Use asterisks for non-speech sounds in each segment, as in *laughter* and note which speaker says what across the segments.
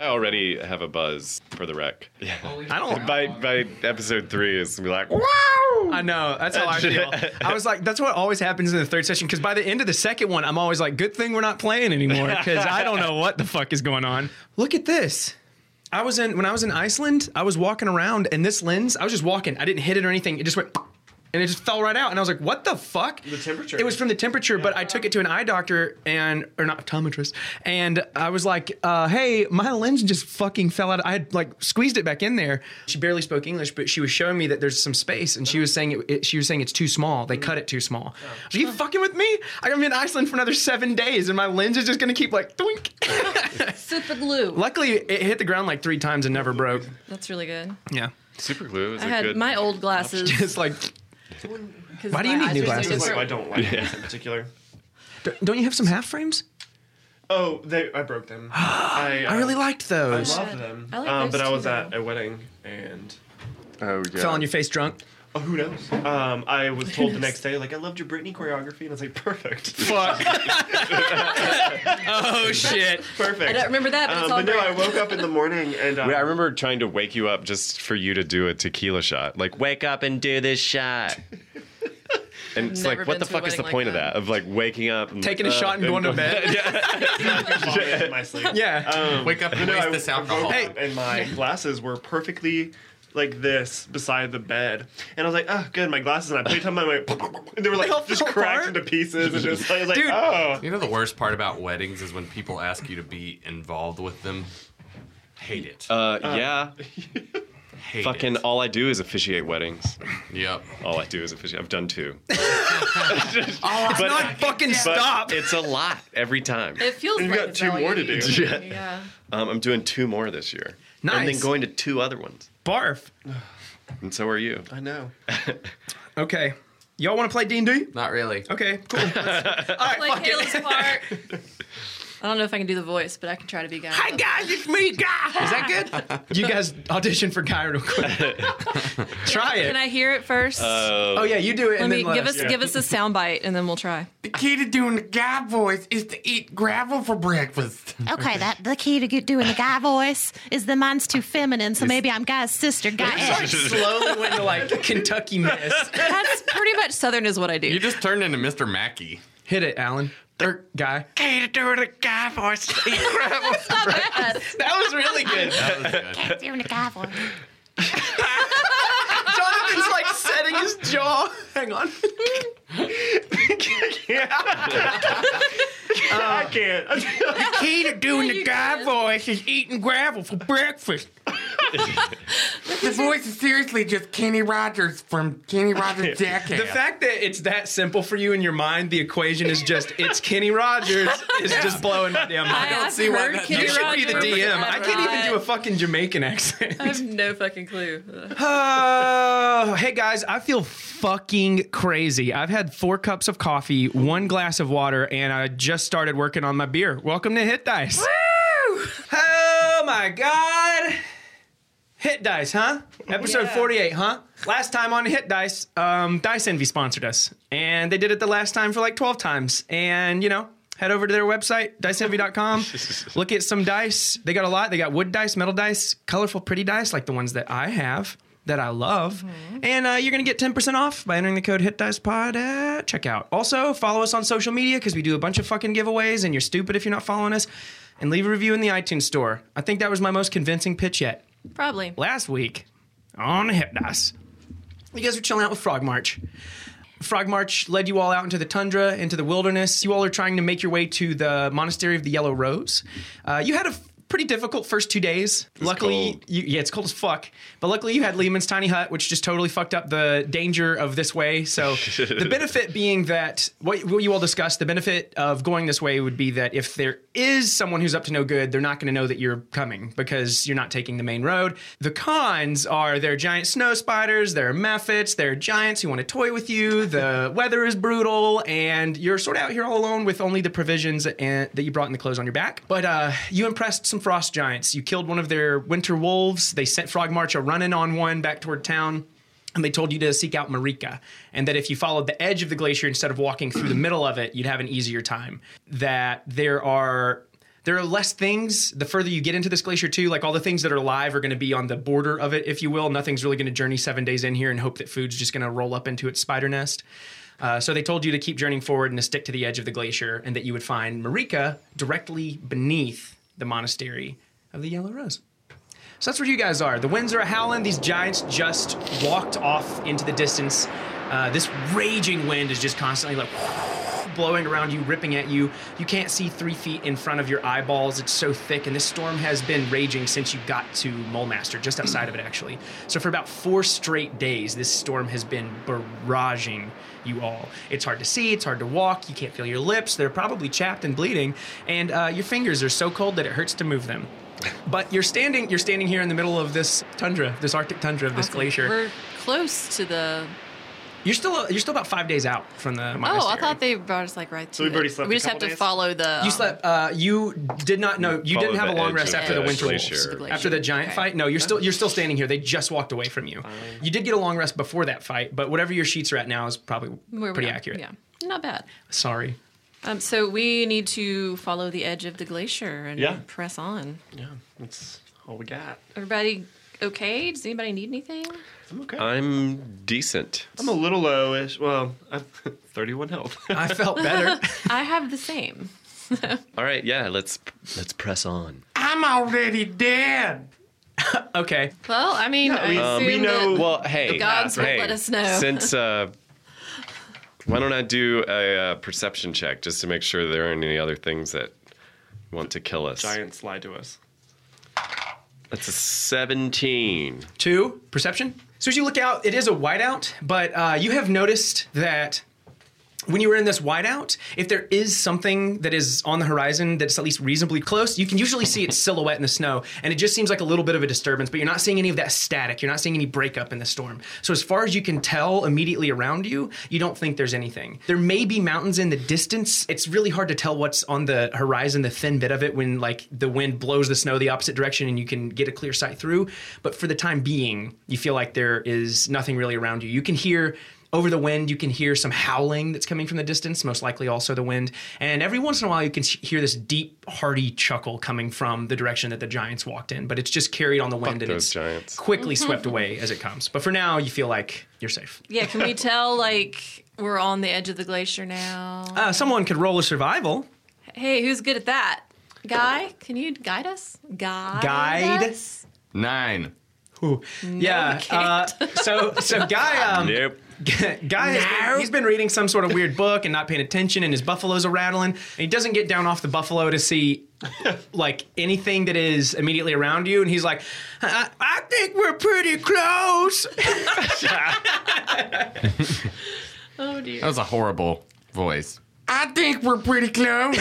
Speaker 1: already have a buzz for the wreck.
Speaker 2: I don't.
Speaker 1: By by episode three, it's gonna be like, wow.
Speaker 2: I know. That's how I feel. I was like, that's what always happens in the third session. Because by the end of the second one, I'm always like, good thing we're not playing anymore. Because I don't know what the fuck is going on. Look at this. I was in when I was in Iceland. I was walking around, and this lens. I was just walking. I didn't hit it or anything. It just went. And it just fell right out, and I was like, "What the fuck?" The
Speaker 3: temperature.
Speaker 2: It was from the temperature, but I took it to an eye doctor and, or not optometrist, and I was like, uh, "Hey, my lens just fucking fell out." I had like squeezed it back in there. She barely spoke English, but she was showing me that there's some space, and she was saying it, it- she was saying it's too small. They cut it too small.
Speaker 3: Oh.
Speaker 2: I was like, "You fucking with me? I'm gonna be in Iceland for another seven days, and my lens is just gonna keep like doink." *laughs*
Speaker 4: Super glue.
Speaker 2: Luckily, it hit the ground like three times and never broke.
Speaker 4: That's really good.
Speaker 2: Yeah. *laughs*
Speaker 1: Super glue is
Speaker 4: I
Speaker 1: a
Speaker 4: had
Speaker 1: good.
Speaker 4: my old glasses.
Speaker 2: It's like, *laughs*
Speaker 4: 'cause
Speaker 2: Why do you
Speaker 4: my
Speaker 2: need new
Speaker 4: eyes are so
Speaker 2: glasses?
Speaker 3: Like, I
Speaker 4: different.
Speaker 3: don't like these in particular.
Speaker 2: d- don't you have some half frames?
Speaker 3: Oh, they, I broke them. I,
Speaker 2: *gasps* I
Speaker 3: uh,
Speaker 2: really liked
Speaker 3: I
Speaker 2: those.
Speaker 3: love them.
Speaker 4: I like
Speaker 3: um,
Speaker 4: those
Speaker 3: but I
Speaker 4: too,
Speaker 3: was at
Speaker 4: though.
Speaker 3: a wedding and
Speaker 1: oh yeah.
Speaker 2: Fell on your face drunk.
Speaker 3: oh, who knows? Um, I
Speaker 2: *laughs*
Speaker 3: was told the next day like I loved your Britney choreography and I was
Speaker 1: *laughs*
Speaker 3: like perfect,
Speaker 2: Fuck. *laughs* oh shit.
Speaker 3: perfect.
Speaker 4: I don't remember that, but
Speaker 3: Um,
Speaker 4: it's all
Speaker 3: but no, I
Speaker 4: brand.
Speaker 3: woke up in the morning and um,
Speaker 1: Wait, I remember trying to wake you up just for you to do a tequila shot. Like, wake up and do this
Speaker 4: *laughs*
Speaker 1: shot. And it's
Speaker 4: never
Speaker 1: like, what
Speaker 4: been
Speaker 1: the
Speaker 4: to a
Speaker 1: fuck is the
Speaker 4: wedding like
Speaker 1: point of
Speaker 4: that.
Speaker 1: that? Of like waking up, and
Speaker 2: Taking a
Speaker 1: like, uh,
Speaker 2: shot and going to bed.
Speaker 3: vomit in my sleep.
Speaker 2: *laughs* Yeah. Um,
Speaker 5: Wake *laughs* up and
Speaker 3: No,
Speaker 5: waste
Speaker 3: I
Speaker 5: this
Speaker 3: woke
Speaker 5: alcohol.
Speaker 3: up
Speaker 2: *laughs*
Speaker 3: and my glasses were perfectly like this beside the bed, and I was like, "Oh, good, my glasses." And I played time, and I went, and they were like
Speaker 2: They all
Speaker 3: just
Speaker 2: fell
Speaker 3: cracked
Speaker 2: apart?
Speaker 3: into pieces, and just I was like,
Speaker 2: Dude.
Speaker 3: "Oh,
Speaker 5: You know the worst part about weddings is when people ask you to be involved with them. Hate it.
Speaker 2: *laughs*
Speaker 1: Uh, yeah.
Speaker 5: Hate
Speaker 1: Fucking
Speaker 5: it.
Speaker 1: all I do is officiate weddings.
Speaker 5: Yep.
Speaker 1: All I do is officiate. I've done two.
Speaker 2: it's not fucking
Speaker 1: But
Speaker 2: *laughs* stop.
Speaker 1: It's a lot every time.
Speaker 4: It feels
Speaker 3: You've
Speaker 4: like
Speaker 3: got
Speaker 4: it's
Speaker 3: two
Speaker 4: all
Speaker 3: more
Speaker 4: you
Speaker 3: to
Speaker 4: need.
Speaker 1: do. Yeah.
Speaker 4: Yeah.
Speaker 1: Um, I'm doing two more this year. And then
Speaker 2: Nice.
Speaker 1: going to two other ones.
Speaker 2: Barf.
Speaker 1: And so are
Speaker 2: *laughs*
Speaker 1: you.
Speaker 3: I know."
Speaker 2: Okay. Y'all want to play D and D?
Speaker 5: Not really.
Speaker 2: Okay. *laughs* Cool. All *laughs* right.
Speaker 4: Like
Speaker 2: fuck
Speaker 4: Caleb's
Speaker 2: it.
Speaker 4: part. I don't know if I can do the voice, but I can try to be guy.
Speaker 2: *laughs* Hi guys, it's me, guy. Is that good? you guys audition for guy real quick. *laughs* Try it.
Speaker 4: Can I hear it first?
Speaker 3: Uh,
Speaker 2: oh yeah, you do it.
Speaker 4: Let
Speaker 2: and
Speaker 4: me
Speaker 2: then let
Speaker 4: give us give us a sound bite and then we'll
Speaker 2: *laughs*
Speaker 4: try.
Speaker 5: The key to doing the guy voice is to eat gravel for breakfast.
Speaker 6: Okay, that the key to get doing the guy voice is the mine's too feminine, so maybe I'm guy's sister, guy X.
Speaker 2: slowly went to
Speaker 4: *laughs*
Speaker 2: like Kentucky Miss.
Speaker 4: That's pretty much Southern is what I do.
Speaker 5: *laughs* You just turned into Mr. Mackey.
Speaker 2: Hit it, Alan. Or guy.
Speaker 5: Key to doing the guy voice is to *laughs* eat gravel.
Speaker 4: Not bad.
Speaker 2: That was really good.
Speaker 6: doing the guy voice.
Speaker 2: Jonathan's like setting his jaw. Hang on.
Speaker 3: I can't.
Speaker 5: the key to doing the guy voice is eating gravel for breakfast. the voice is seriously just Kenny Rogers from
Speaker 2: *laughs*
Speaker 5: Kenny Rogers Jackass.
Speaker 2: The fact that it's that simple for you in your mind, the equation is just it's Kenny
Speaker 4: *laughs*
Speaker 2: Rogers is just blowing my damn
Speaker 4: I
Speaker 2: mind.
Speaker 4: have
Speaker 5: see why
Speaker 4: heard
Speaker 5: that-
Speaker 4: Kenny
Speaker 2: You should be the
Speaker 4: Rogers.
Speaker 2: DM. I
Speaker 4: I've
Speaker 2: can't even
Speaker 4: not-
Speaker 2: do a fucking Jamaican accent.
Speaker 4: I have *laughs* no fucking clue. Ugh.
Speaker 2: *laughs* Oh, hey guys, I feel fucking crazy. I've had four cups of coffee, one glass of water, and I just started working on my beer. Welcome to Hit Dice. Woo! Oh my god. Hit Dice, huh? Episode
Speaker 4: Yeah.
Speaker 2: 48, huh? Last time on Hit Dice, um, Dice Envy sponsored us. And they did it the last time for like 12 times. And, you know, head over to their website, diceenvy.com. look at some dice. They got a lot. They got wood dice, metal dice, colorful, pretty dice like the ones that I have that I love. And uh, you're going to get 10% off by entering the code HitDicePod at checkout. Also, follow us on social media because we do a bunch of fucking giveaways and you're stupid if you're not following us. And leave a review in the iTunes store. I think that was my most convincing pitch yet
Speaker 4: Probably.
Speaker 2: last week on Hypnos. You guys were chilling out with Frog March. Frog March led you all out into the tundra, into the wilderness. You all are trying to make your way to the Monastery of the Yellow Rose. Uh, you had a f- pretty difficult first two days. luckily,
Speaker 1: cold.
Speaker 2: you, yeah, it's cold as fuck. But luckily, you had Lehman's tiny hut, which just totally fucked up the danger of this way. So the benefit being that what, what you all discussed, the benefit of going this way would be that if there is someone who's up to no good, they're not going to know that you're coming because you're not taking the main road. The cons are there are giant snow spiders, there are mephits, there are giants who want to toy with you. The weather is brutal, and you're sort of out here all alone with only the provisions and, that you brought in the clothes on your back. But uh, you impressed some frost giants. You killed one of their winter wolves. They sent Frog March a running on one back toward town. And they told you to seek out Marika, and that if you followed the edge of the glacier instead of walking through the middle of it, you'd have an easier time. That there are There are less things the further you get into this glacier too. Like all the things that are live are going to be on the border of it, if you will. Nothing's really going to journey seven days in here and hope that food's just going to roll up into its spider nest. Uh, so they told you to keep journeying forward and to stick to the edge of the glacier, and that you would find Marika directly beneath the monastery of the Yellow Rose. So that's where you guys are. The winds are howling. These giants just walked off into the distance. Uh, this raging wind is just constantly like blowing around you, ripping at you. You can't see three feet in front of your eyeballs. It's so thick, and this storm has been raging since you got to Molemaster, just outside of it, actually. So for about four straight days, this storm has been barraging you all. It's hard to see. It's hard to walk. You can't feel your lips. They're probably chapped and bleeding, and uh, your fingers are so cold that it hurts to move them. But you're standing. You're standing here in the middle of this tundra, this Arctic tundra of this
Speaker 4: Awesome.
Speaker 2: glacier.
Speaker 4: We're close to the.
Speaker 2: you're still you're still about five days out from the
Speaker 4: Oh,
Speaker 2: monastery.
Speaker 4: I thought they brought us like right to.
Speaker 3: So we've
Speaker 4: it.
Speaker 3: already slept
Speaker 4: We
Speaker 3: a
Speaker 4: just have
Speaker 3: couple
Speaker 4: to
Speaker 3: days?
Speaker 4: follow the. um,
Speaker 2: You slept. Uh, you did not know. You
Speaker 1: Follow
Speaker 2: didn't have a
Speaker 1: the
Speaker 2: long
Speaker 1: edge
Speaker 2: rest
Speaker 1: of
Speaker 2: after the
Speaker 1: the
Speaker 2: winter
Speaker 1: glacier.
Speaker 2: wolves.
Speaker 1: The glacier.
Speaker 2: After the giant
Speaker 4: Okay.
Speaker 2: fight. No, you're still you're still standing here. They just walked away from you. You did get a long rest before that fight, but whatever your sheets are at now is probably
Speaker 4: Where we
Speaker 2: pretty
Speaker 4: are.
Speaker 2: accurate.
Speaker 4: Yeah, not bad.
Speaker 2: Sorry.
Speaker 4: Um, so we need to follow the edge of the glacier and
Speaker 3: Yeah.
Speaker 4: press on.
Speaker 3: Yeah, that's all we got.
Speaker 4: Everybody okay? Does anybody need anything?
Speaker 3: I'm okay.
Speaker 2: Uh,
Speaker 1: I'm decent.
Speaker 3: I'm a little lowish. Well, *laughs* I'm 31 health.
Speaker 2: I felt
Speaker 4: *laughs*
Speaker 2: better.
Speaker 4: I have the same.
Speaker 1: All right, yeah, let's let's press on.
Speaker 5: I'm already dead.
Speaker 2: okay.
Speaker 4: Well, I mean,
Speaker 3: Yeah, we-
Speaker 4: I
Speaker 3: um, we
Speaker 4: assume
Speaker 3: know-
Speaker 4: that
Speaker 1: Well, hey, uh,
Speaker 4: The gods will
Speaker 1: hey,
Speaker 4: let us know.
Speaker 1: Since
Speaker 4: *laughs*
Speaker 1: uh, why don't I do a uh, perception check just to make sure there aren't any other things that want to kill us?
Speaker 3: Giants lied to us.
Speaker 1: That's a seventeen.
Speaker 2: Two, perception. So as you look out, it is a whiteout, but uh, you have noticed that when you were in this whiteout, if there is something that is on the horizon that's at least reasonably close, you can usually see its silhouette in the snow, and it just seems like a little bit of a disturbance. But you're not seeing any of that static. You're not seeing any breakup in the storm. So as far as you can tell, immediately around you, you don't think there's anything. There may be mountains in the distance. It's really hard to tell what's on the horizon, the thin bit of it, when like the wind blows the snow the opposite direction and you can get a clear sight through. But for the time being, you feel like there is nothing really around you. You can hear over the wind, you can hear some howling that's coming from the distance, most likely also the wind. And every once in a while, you can sh- hear this deep, hearty chuckle coming from the direction that the giants walked in. But it's just carried on the wind and
Speaker 1: those
Speaker 2: it's
Speaker 1: giants.
Speaker 2: quickly swept away as it comes. But for now, you feel like you're safe.
Speaker 4: yeah, can we tell like we're on the edge of the glacier now?
Speaker 2: Uh, someone could roll a survival
Speaker 4: hey, who's good at that? Guy, can you guide us? Guide.
Speaker 2: guide.
Speaker 4: us?
Speaker 7: Nine.
Speaker 2: Ooh. yeah. Uh, so so guy um,
Speaker 1: Nope.
Speaker 2: guy has been, he's been reading some sort of weird book and not paying attention and his buffaloes are rattling and he doesn't get down off the buffalo to see like anything that is immediately around you and he's like i, I think we're pretty close
Speaker 4: Oh dear.
Speaker 7: That was a horrible voice.
Speaker 5: I think we're pretty close.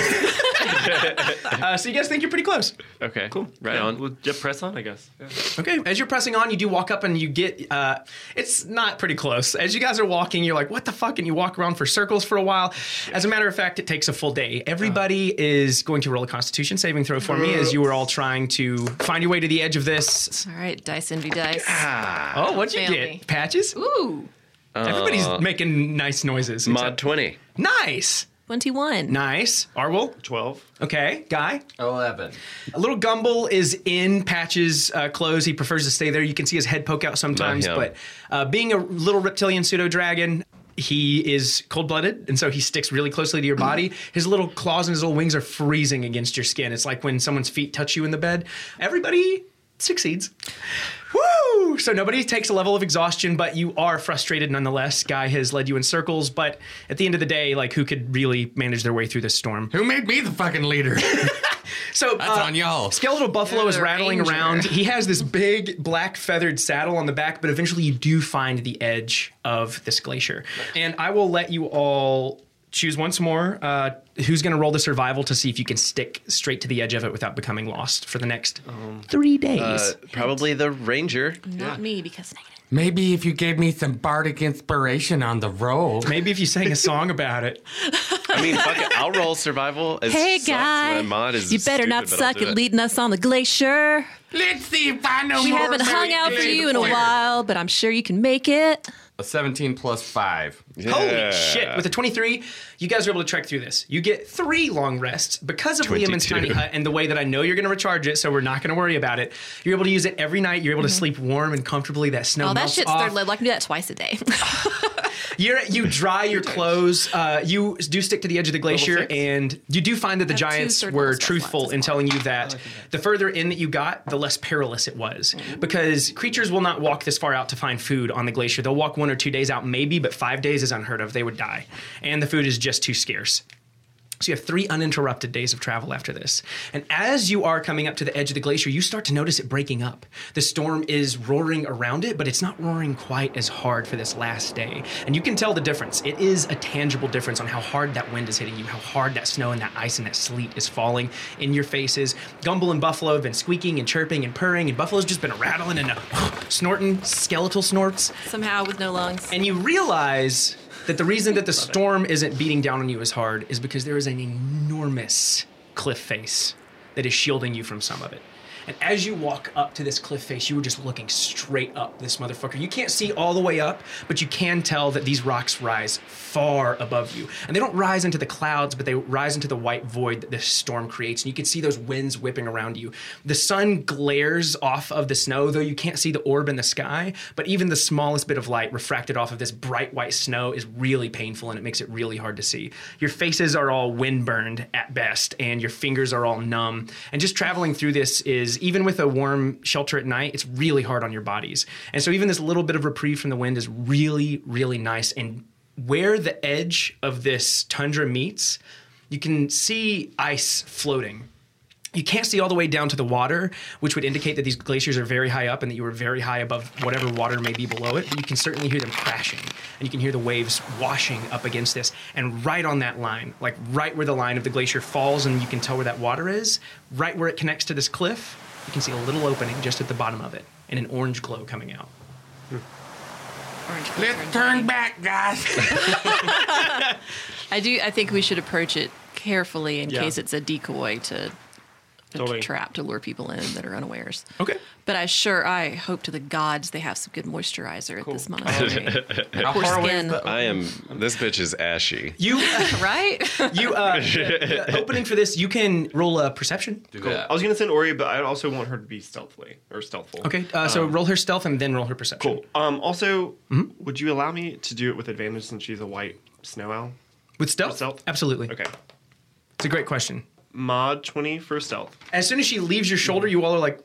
Speaker 2: uh, so you guys think you're pretty close
Speaker 1: Okay, cool. Right
Speaker 3: Yeah,
Speaker 1: on.
Speaker 3: We'll just press on, I guess. Yeah.
Speaker 2: okay as you're pressing on you do walk up and you get uh, it's not pretty close as you guys are walking you're like what the fuck and you walk around for circles for a while as a matter of fact it takes a full day everybody is going to roll a constitution saving throw for me as you are all trying to find your way to the edge of this
Speaker 4: All right, dice envy dice.
Speaker 2: Oh, what'd you
Speaker 4: Family.
Speaker 2: get? Patches?
Speaker 4: Ooh,
Speaker 2: Everybody's making nice noises.
Speaker 1: Mod
Speaker 2: except-
Speaker 1: twenty.
Speaker 2: nice.
Speaker 4: twenty-one.
Speaker 2: Nice. Arwol.
Speaker 3: 12.
Speaker 2: Okay. Guy.
Speaker 7: Eleven.
Speaker 2: Little Gumble is in Patch's uh, clothes. He prefers to stay there. You can see his head poke out sometimes,
Speaker 1: him.
Speaker 2: but uh, being a little reptilian pseudo dragon, he is cold blooded, and so he sticks really closely to your body. *clears throat* His little claws and his little wings are freezing against your skin. It's like when someone's feet touch you in the bed. Everybody succeeds. Woo! So nobody takes a level of exhaustion, but you are frustrated nonetheless. Guy has led you in circles, but at the end of the day, like who could really manage their way through this storm?
Speaker 5: *laughs* Who made me the fucking leader?
Speaker 2: So uh,
Speaker 7: That's
Speaker 5: Uh,
Speaker 7: on y'all.
Speaker 2: Skeletal Buffalo is
Speaker 4: They're
Speaker 2: rattling
Speaker 4: ranger.
Speaker 2: around. He has this big black feathered saddle on the back, but eventually you do find the edge of this glacier. And I will let you all choose once more uh, who's going to roll the survival to see if you can stick straight to the edge of it without becoming lost for the next three days.
Speaker 1: Uh, probably the ranger.
Speaker 4: Not me because negative.
Speaker 5: Maybe if you gave me some bardic inspiration on the roll.
Speaker 2: Maybe if you sang a song about it.
Speaker 1: I mean, fuck it. I'll roll survival. As
Speaker 6: Hey,
Speaker 1: sucks.
Speaker 6: guy.
Speaker 1: My mod is
Speaker 4: You better
Speaker 1: stupid,
Speaker 4: not
Speaker 1: but I'll
Speaker 4: suck
Speaker 1: do
Speaker 4: at
Speaker 1: it.
Speaker 4: leading us on the glacier.
Speaker 5: Let's see if I know
Speaker 4: We
Speaker 5: more
Speaker 4: haven't
Speaker 5: about
Speaker 4: hung out for
Speaker 5: Dave
Speaker 4: you in a
Speaker 5: Porter.
Speaker 4: while, but I'm sure you can make it.
Speaker 7: A seventeen plus five.
Speaker 1: Yeah.
Speaker 2: Holy shit. With a 23, you guys are able to trek through this. You You get three long rests because of Liam and
Speaker 1: 22.
Speaker 2: Tiny Hut and the way that I know you're going to recharge it, so we're not going to worry about it. You're able to use it every night. You're able to sleep warm and comfortably. That snow
Speaker 4: Oh, that
Speaker 2: melts
Speaker 4: shit's
Speaker 2: off.
Speaker 4: third level. I can do that twice a day. *laughs*
Speaker 2: You're, you dry your clothes. Uh, you do stick to the edge of the glacier,
Speaker 3: six.
Speaker 2: and you do find that the
Speaker 4: I have two
Speaker 2: giants
Speaker 4: third
Speaker 2: were
Speaker 4: level special
Speaker 2: truthful
Speaker 4: lines
Speaker 2: in
Speaker 4: as
Speaker 2: telling you that the further in that you got, the less perilous it was,
Speaker 4: Mm-hmm.
Speaker 2: because creatures will not walk this far out to find food on the glacier. They'll walk one or two days out, maybe, but five days is unheard of. They would die, and the food is just too scarce. So you have three uninterrupted days of travel after this. And as you are coming up to the edge of the glacier, you start to notice it breaking up. The storm is roaring around it, but it's not roaring quite as hard for this last day. And you can tell the difference. It is a tangible difference on how hard that wind is hitting you, how hard that snow and that ice and that sleet is falling in your faces. Gumble and Buffalo have been squeaking and chirping and purring, and Buffalo's just been rattling and uh, snorting skeletal snorts
Speaker 4: Somehow with no lungs.
Speaker 2: and you realize that the reason that the storm is isn't beating down on you as hard is because there is an enormous cliff face that is shielding you from some of it. And as you walk up to this cliff face, you were just looking straight up this motherfucker. You can't see all the way up, but you can tell that these rocks rise far above you. And they don't rise into the clouds, but they rise into the white void that this storm creates. And you can see those winds whipping around you. The sun glares off of the snow, though you can't see the orb in the sky, but even the smallest bit of light refracted off of this bright white snow is really painful and it makes it really hard to see. Your faces are all windburned at best, and your fingers are all numb. And just traveling through this is, even with a warm shelter at night, it's really hard on your bodies. And so, even this little bit of reprieve from the wind is really, really nice. And where the edge of this tundra meets, you can see ice floating you can't see all the way down to the water, which would indicate that these glaciers are very high up and that you were very high above whatever water may be below it. But you can certainly hear them crashing, and you can hear the waves washing up against this. And right on that line, like right where the line of the glacier falls, and you can tell where that water is, right where it connects to this cliff, you can see a little opening just at the bottom of it, and an orange glow coming out.
Speaker 4: Orange
Speaker 5: Let's
Speaker 4: filter.
Speaker 5: turn back, guys.
Speaker 7: *laughs*
Speaker 4: I do. I think we should approach it carefully in
Speaker 3: Yeah.
Speaker 4: case it's a decoy to a
Speaker 3: Totally.
Speaker 4: trap to lure people in that are unawares.
Speaker 2: Okay.
Speaker 4: But I sure I hope to the gods they have some good moisturizer at this monastery.
Speaker 5: *laughs* How
Speaker 4: Poor
Speaker 5: far away is
Speaker 4: skin.
Speaker 5: the-
Speaker 1: I am. This bitch is ashy.
Speaker 2: You,
Speaker 4: *laughs* right? *laughs*
Speaker 2: you,
Speaker 3: *laughs*
Speaker 2: uh, the opening for this, you can roll a perception.
Speaker 7: Do
Speaker 3: Cool.
Speaker 7: that.
Speaker 3: I was gonna send Ori, but I also want her to be stealthily or stealthful.
Speaker 2: Okay, uh, so roll her stealth and then roll her perception.
Speaker 3: Um, Cool. Um, also,
Speaker 2: Mm-hmm.
Speaker 3: would you allow me to do it with advantage since she's a white snow owl?
Speaker 2: With stealth?
Speaker 3: Stealth?
Speaker 2: Absolutely.
Speaker 3: Okay.
Speaker 2: It's a great question.
Speaker 3: Mod 20 for stealth.
Speaker 2: As soon as she leaves your shoulder, you all are like,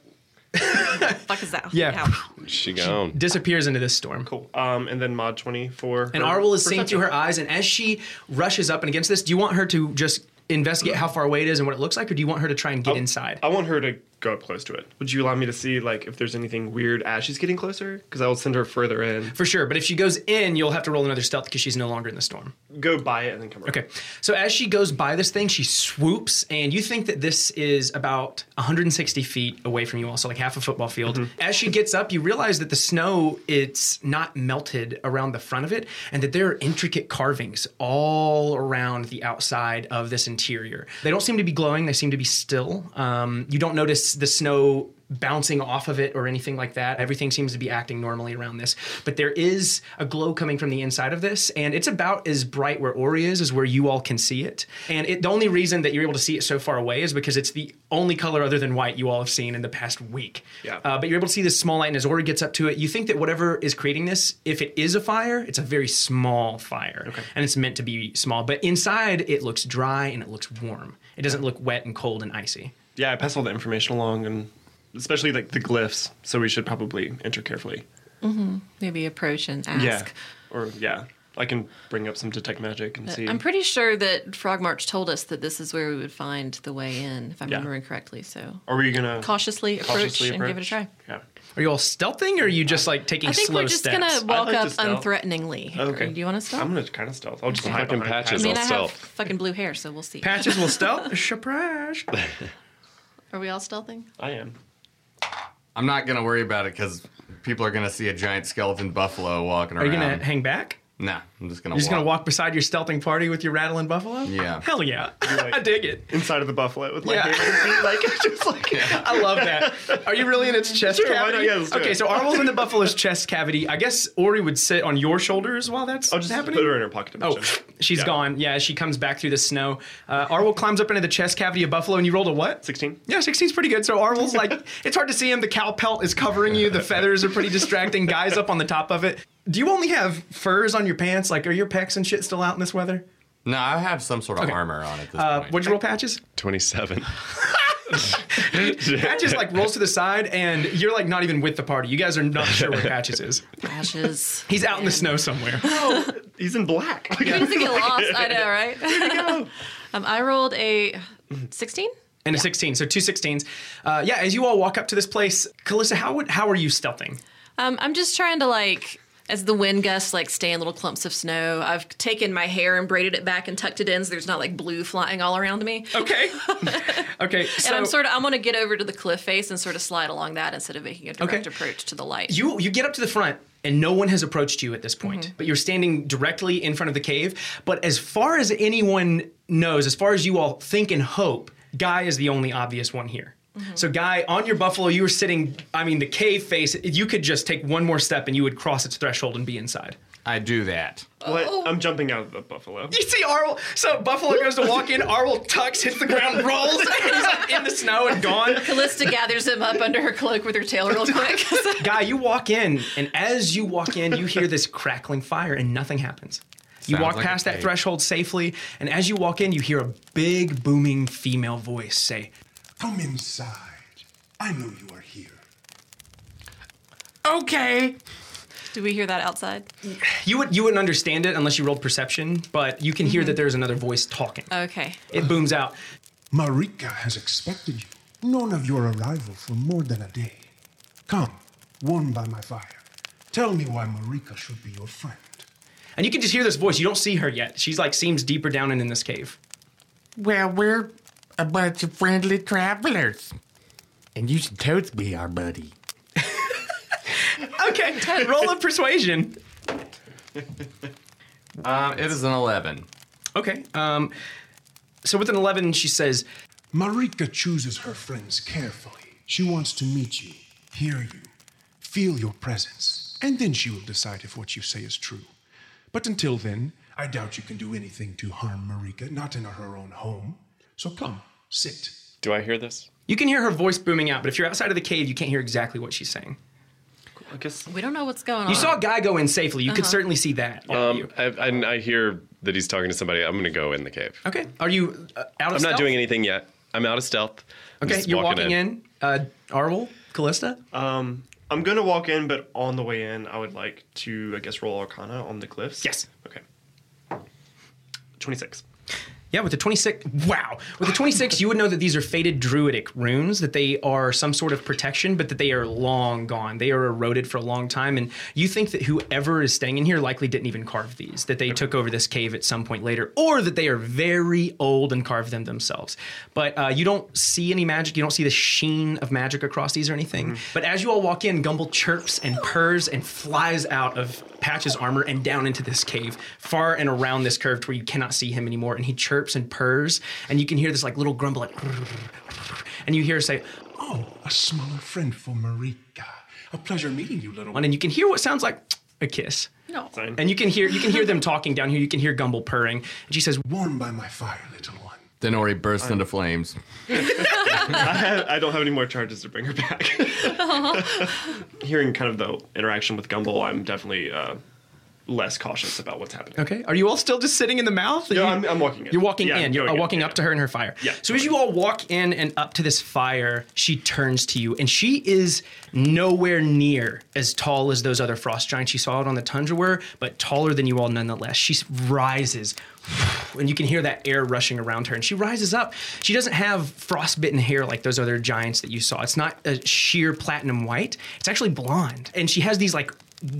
Speaker 4: *laughs* Fuck is that?
Speaker 2: Yeah.
Speaker 4: Ow.
Speaker 1: She gone.
Speaker 2: disappears into this storm.
Speaker 3: Cool. Um, and then mod 20 for.
Speaker 2: And
Speaker 3: her
Speaker 2: Arwel is seeing
Speaker 3: perception.
Speaker 2: through her eyes, and as she rushes up and against this, do you want her to just investigate how far away it is and what it looks like, or do you want her to try and get inside?
Speaker 3: I want her to go up close to it. Would you allow me to see like if there's anything weird as she's getting closer? Because I will send her further in.
Speaker 2: For sure, but if she goes in, you'll have to roll another stealth because she's no longer in the storm.
Speaker 3: Go by it and then come. around.
Speaker 2: Okay. So as she goes by this thing, she swoops, and you think that this is about 160 feet away from you all, so like half a football field. As she gets up, you realize that the snow it's not melted around the front of it, and that there are intricate carvings all around the outside of this interior. They don't seem to be glowing; they seem to be still. Um, you don't notice the snow bouncing off of it or anything like that. Everything seems to be acting normally around this. But there is a glow coming from the inside of this, and it's about as bright where Ori is as where you all can see it. And it, the only reason that you're able to see it so far away is because it's the only color other than white you all have seen in the past week.
Speaker 3: Yeah.
Speaker 2: Uh, but you're able to see this small light, and as Ori gets up to it, you think that whatever is creating this, if it is a fire, it's a very small fire. And it's meant to be small. But inside, it looks dry and it looks warm. It doesn't look wet and cold and icy.
Speaker 3: Yeah, I pass all the information along and especially like the glyphs. So we should probably enter carefully.
Speaker 4: Maybe approach and ask. Uh,
Speaker 3: Or yeah, I can bring up some detect magic and see.
Speaker 4: I'm pretty sure that Frog March told us that this is where we would find the way in, if I'm
Speaker 3: Yeah.
Speaker 4: remembering correctly. So
Speaker 3: Are we gonna
Speaker 4: cautiously approach
Speaker 3: cautiously
Speaker 4: and give it a try.
Speaker 3: approach? Yeah.
Speaker 2: Are you all stealthing, or are you just like taking
Speaker 4: I think
Speaker 2: slow
Speaker 4: we're just
Speaker 2: steps?
Speaker 4: gonna walk
Speaker 3: like to
Speaker 4: up
Speaker 3: stealth.
Speaker 4: unthreateningly.
Speaker 3: Okay.
Speaker 4: Do you want to stop?
Speaker 3: I'm gonna kind of stealth. I'll just hide
Speaker 1: Fucking
Speaker 3: behind
Speaker 1: patches.
Speaker 4: I mean, I have
Speaker 1: stealth.
Speaker 4: fucking blue hair, so we'll see.
Speaker 2: Patches
Speaker 3: *laughs*
Speaker 2: will stealth. Surprise!
Speaker 4: Are we all stealthing?
Speaker 3: I am.
Speaker 7: I'm not gonna worry about it because people are gonna see a giant skeleton buffalo walking
Speaker 2: Are you
Speaker 7: around.
Speaker 2: gonna hang back?
Speaker 7: Nah, I'm just gonna.
Speaker 2: You're just gonna walk beside your stealthing party with your rattling buffalo?
Speaker 7: Yeah.
Speaker 2: Hell yeah. *laughs*
Speaker 3: like-
Speaker 2: I dig it.
Speaker 3: inside of the buffalo with my
Speaker 2: Yeah.
Speaker 3: hands and feet, like
Speaker 2: *laughs*
Speaker 3: just like
Speaker 2: I love that. Are you really in its chest
Speaker 3: Sure, why
Speaker 2: cavity?
Speaker 3: not? Yeah, let's do
Speaker 2: okay,
Speaker 3: it.
Speaker 2: so Arnold's in the buffalo's chest cavity. I guess Ori would sit on your shoulders while that's
Speaker 3: I'll just
Speaker 2: happening.
Speaker 3: put her in her pocket
Speaker 2: Oh,
Speaker 3: dimension.
Speaker 2: she's
Speaker 3: Yeah.
Speaker 2: gone. Yeah, she comes back through the snow. Uh, Arwol climbs up into the chest cavity of Buffalo, and you rolled a what?
Speaker 3: 16?
Speaker 2: Yeah, 16's pretty good. So Arwol's like, it's hard to see him. The cow pelt is covering you. The feathers are pretty distracting. Guys up on the top of it. Do you only have furs on your pants? Like, are your pecs and shit still out in this weather?
Speaker 7: No, I have some sort of armor on at this
Speaker 2: Uh,
Speaker 7: point.
Speaker 2: what'd you roll, Patches?
Speaker 1: 27.
Speaker 2: Patches like rolls to the side, and you're like not even with the party. You guys are not sure where Patches is.
Speaker 4: *laughs* Ashes.
Speaker 2: He's out in the snow somewhere.
Speaker 3: He's in black. *laughs*
Speaker 4: He doesn't get lost. I know, right? *laughs* um, I rolled a 16.
Speaker 2: And a 16, so two 16s. Uh, yeah, as you all walk up to this place, Calissa, how would how are you stealthing?
Speaker 4: Um, I'm just trying to like, as the wind gusts like stay in little clumps of snow. I've taken my hair and braided it back and tucked it in, so there's not like blue flying all around me. *laughs*
Speaker 2: Okay. okay. So
Speaker 4: and I'm sort of I'm gonna get over to the cliff face and sort of slide along that instead of making a direct
Speaker 2: Okay.
Speaker 4: approach to the light.
Speaker 2: you you get up to the front and no one has approached you at this point
Speaker 4: Mm-hmm.
Speaker 2: but you're standing directly in front of the cave but as far as anyone knows as far as you all think and hope guy is the only obvious one here
Speaker 4: Mm-hmm.
Speaker 2: so guy on your buffalo you were sitting i mean the cave face you could just take one more step and you would cross its threshold and be inside
Speaker 7: I do that.
Speaker 3: What?
Speaker 4: oh.
Speaker 3: I'm jumping out of the buffalo.
Speaker 2: you see Arl. So Buffalo goes to walk in. Arl tucks, hits the ground, rolls. *laughs* and he's like in the snow and gone. *laughs*
Speaker 4: Callista gathers him up under her cloak with her tail real quick.
Speaker 2: Guy, you walk in, and as you walk in, you hear this crackling fire, and nothing happens. You
Speaker 7: Sounds
Speaker 2: walk
Speaker 7: like a
Speaker 2: past that
Speaker 7: cave.
Speaker 2: threshold safely, and as you walk in, you hear a big, booming female voice say,
Speaker 8: Come inside. I know you are here.
Speaker 5: Okay.
Speaker 4: *laughs* Do we hear that outside?
Speaker 2: "You would you wouldn't understand it unless you rolled perception, but you can hear that there's another voice talking.
Speaker 4: Okay.
Speaker 2: It booms out.
Speaker 8: Marika has expected you, known of your arrival for more than a day. Come, warm by my fire. Tell me why Marika should be your friend.
Speaker 2: And you can just hear this voice. You don't see her yet. She's like seems deeper down and in this cave.
Speaker 5: Well, we're a bunch of friendly travelers. And you should totes be our buddy.
Speaker 2: Okay, roll a persuasion.
Speaker 7: Um, it is an 11.
Speaker 2: Okay. Um, so with an eleven, she says,
Speaker 8: Marika chooses her friends carefully. She wants to meet you, hear you, feel your presence, and then she will decide if what you say is true. But until then, I doubt you can do anything to harm Marika, not in her own home. So come, sit.
Speaker 1: Do I hear this?
Speaker 2: "You can hear her voice booming out, but if you're outside of the cave, you can't hear exactly what she's saying."
Speaker 3: I guess
Speaker 4: We don't know what's going on.
Speaker 2: You saw a guy go in safely. You could certainly see that.
Speaker 1: Um, I, I, I hear that he's talking to somebody. I'm going to go in the cave.
Speaker 2: okay. Are you uh, out of
Speaker 1: I'm not doing anything yet. I'm out of stealth. I'm
Speaker 2: Okay,
Speaker 1: just
Speaker 2: you're walking in. Uh, Arwol, Callista.
Speaker 3: um I'm gonna walk in, but on the way in, I would like to I guess roll Arcana on the cliffs.
Speaker 2: Yes.
Speaker 3: Okay. Twenty six.
Speaker 2: Yeah, with the 26. Wow. With the 26, you would know that these are faded druidic runes, that they are some sort of protection, but that they are long gone. They are eroded for a long time. And you think that whoever is staying in here likely didn't even carve these, that they took over this cave at some point later, or that they are very old and carved them themselves. But uh, you don't see any magic. You don't see the sheen of magic across these or
Speaker 3: Mm-hmm.
Speaker 2: anything. But as you all walk in, Gumbel chirps and purrs and flies out of Patch's armor and down into this cave, far and around this curve to where you cannot see him anymore. And he chirps and purrs, and you can hear this like little grumble, like, *laughs* and you hear her say,
Speaker 8: Oh, a smaller friend for Marika. A pleasure meeting you, little one.
Speaker 2: and you can hear what sounds like a kiss.
Speaker 4: No.
Speaker 2: And you can hear you can hear them talking down here. You can hear Gumbel purring, and she says,
Speaker 8: Warm by my fire, little one.
Speaker 7: Then Ori bursts into flames.
Speaker 3: I don't have any more charges to bring her back. *laughs* Hearing kind of the interaction with Gumball, I'm definitely uh, less cautious about what's happening.
Speaker 2: "Okay, are you all still just sitting in the mouth?"
Speaker 3: No, I'm, I'm walking in.
Speaker 2: You're walking
Speaker 3: Yeah,
Speaker 2: in. You're
Speaker 3: going
Speaker 2: uh, walking up to her and her fire.
Speaker 3: Yeah.
Speaker 2: So as you all walk in and up to this fire, she turns to you, and she is nowhere near as tall as those other frost giants you saw out on the tundra were, but taller than you all nonetheless. She rises, *sighs* and you can hear that air rushing around her. And she rises up. She doesn't have frostbitten hair like those other giants that you saw. It's not a sheer platinum white. It's actually blonde, and she has these like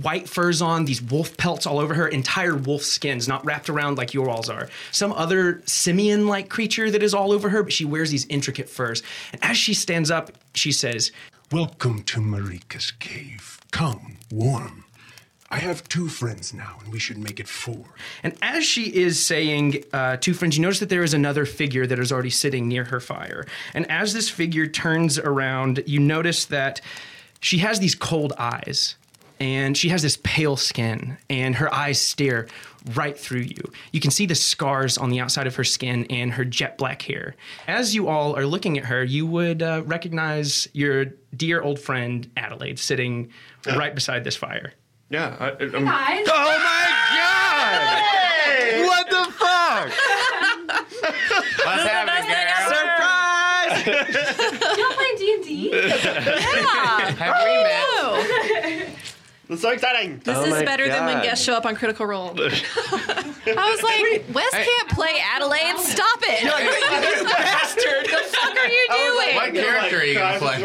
Speaker 2: white furs on, these wolf pelts all over her, entire wolf skins, not wrapped around like your alls are. Some other simian like creature that is all over her, but she wears these intricate furs. And as she stands up, she says,
Speaker 8: Welcome to Marika's cave. Come, warm. I have two friends now, and we should make it four.
Speaker 2: And as she is saying uh, to friends, you notice that there is another figure that is already sitting near her fire. And as this figure turns around, you notice that she has these cold eyes and she has this pale skin and her eyes stare right through you. You can see the scars on the outside of her skin and her jet black hair. As you all are looking at her, you would uh, recognize your dear old friend Adelaide sitting right beside this fire.
Speaker 3: Yeah. I, I'm,
Speaker 7: Oh my god! What the fuck? What's happening, girl?
Speaker 2: Surprise!
Speaker 9: Y'all playing D and D?
Speaker 7: Have we met?
Speaker 4: Oh,
Speaker 3: It's so exciting.
Speaker 4: this
Speaker 7: Oh
Speaker 4: is
Speaker 7: my
Speaker 4: better than when
Speaker 7: God.
Speaker 4: guests show up on
Speaker 2: *laughs*
Speaker 4: Critical Role. I was like, Wes can't play Adelaide. Stop it. *laughs*
Speaker 2: Bastard!
Speaker 4: the fuck are you
Speaker 7: What
Speaker 4: doing?
Speaker 7: character are you gonna
Speaker 3: That's
Speaker 7: play?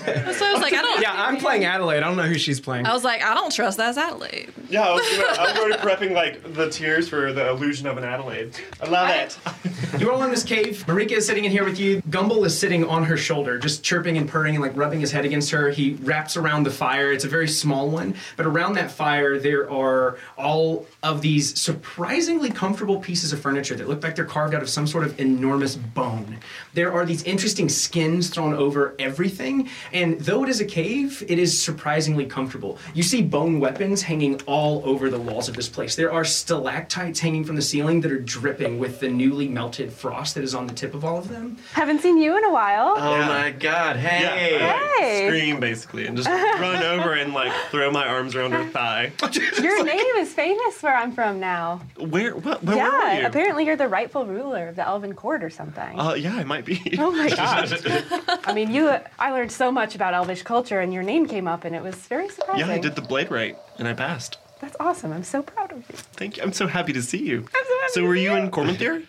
Speaker 3: delusion.
Speaker 4: So I was like, I don't.
Speaker 2: *laughs* Yeah, I'm playing Adelaide. I don't know who she's playing.
Speaker 4: I was like, I don't trust that's Adelaide.
Speaker 3: yeah, I was, I was already prepping like the tears for the illusion of an Adelaide. I love it.
Speaker 2: You're all in this cave. Marika is sitting in here with you. Gumbel is sitting on her shoulder, just chirping and purring and like rubbing his head against her. He wraps around the fire. It's a very small one, but around that fire there are all of these surprisingly comfortable pieces of furniture that look like they're carved out of some sort of enormous bone. There are these interesting skins thrown over everything, and though it is a cave, it is surprisingly comfortable. You see bone weapons hanging all over the walls of this place. There are stalactites hanging from the ceiling that are dripping with the newly melted frost that is on the tip of all of them.
Speaker 9: Haven't seen you in a while.
Speaker 7: Oh my god!
Speaker 3: Yeah,
Speaker 7: Hey.
Speaker 3: I, like,
Speaker 9: Hey.
Speaker 3: Scream basically and
Speaker 9: *laughs*
Speaker 3: just run over and like throw my arms around her thigh.
Speaker 9: Your name is famous where I'm from now.
Speaker 3: Where? What? Where were you?
Speaker 9: yeah, apparently you're the rightful ruler of the Elven Court or something.
Speaker 3: Uh, yeah, I might be.
Speaker 9: *laughs* oh
Speaker 3: *laughs*
Speaker 9: my gosh. I mean, you. I learned so much about Elvish culture, and your name came up, and it was very surprising.
Speaker 3: Yeah, I did the blade right and I passed.
Speaker 9: That's awesome. I'm so proud of you.
Speaker 3: Thank you. I'm so happy to see you.
Speaker 9: I'm so happy
Speaker 3: So
Speaker 9: to
Speaker 3: were
Speaker 9: see
Speaker 3: you
Speaker 9: you.
Speaker 3: in Cormanthir?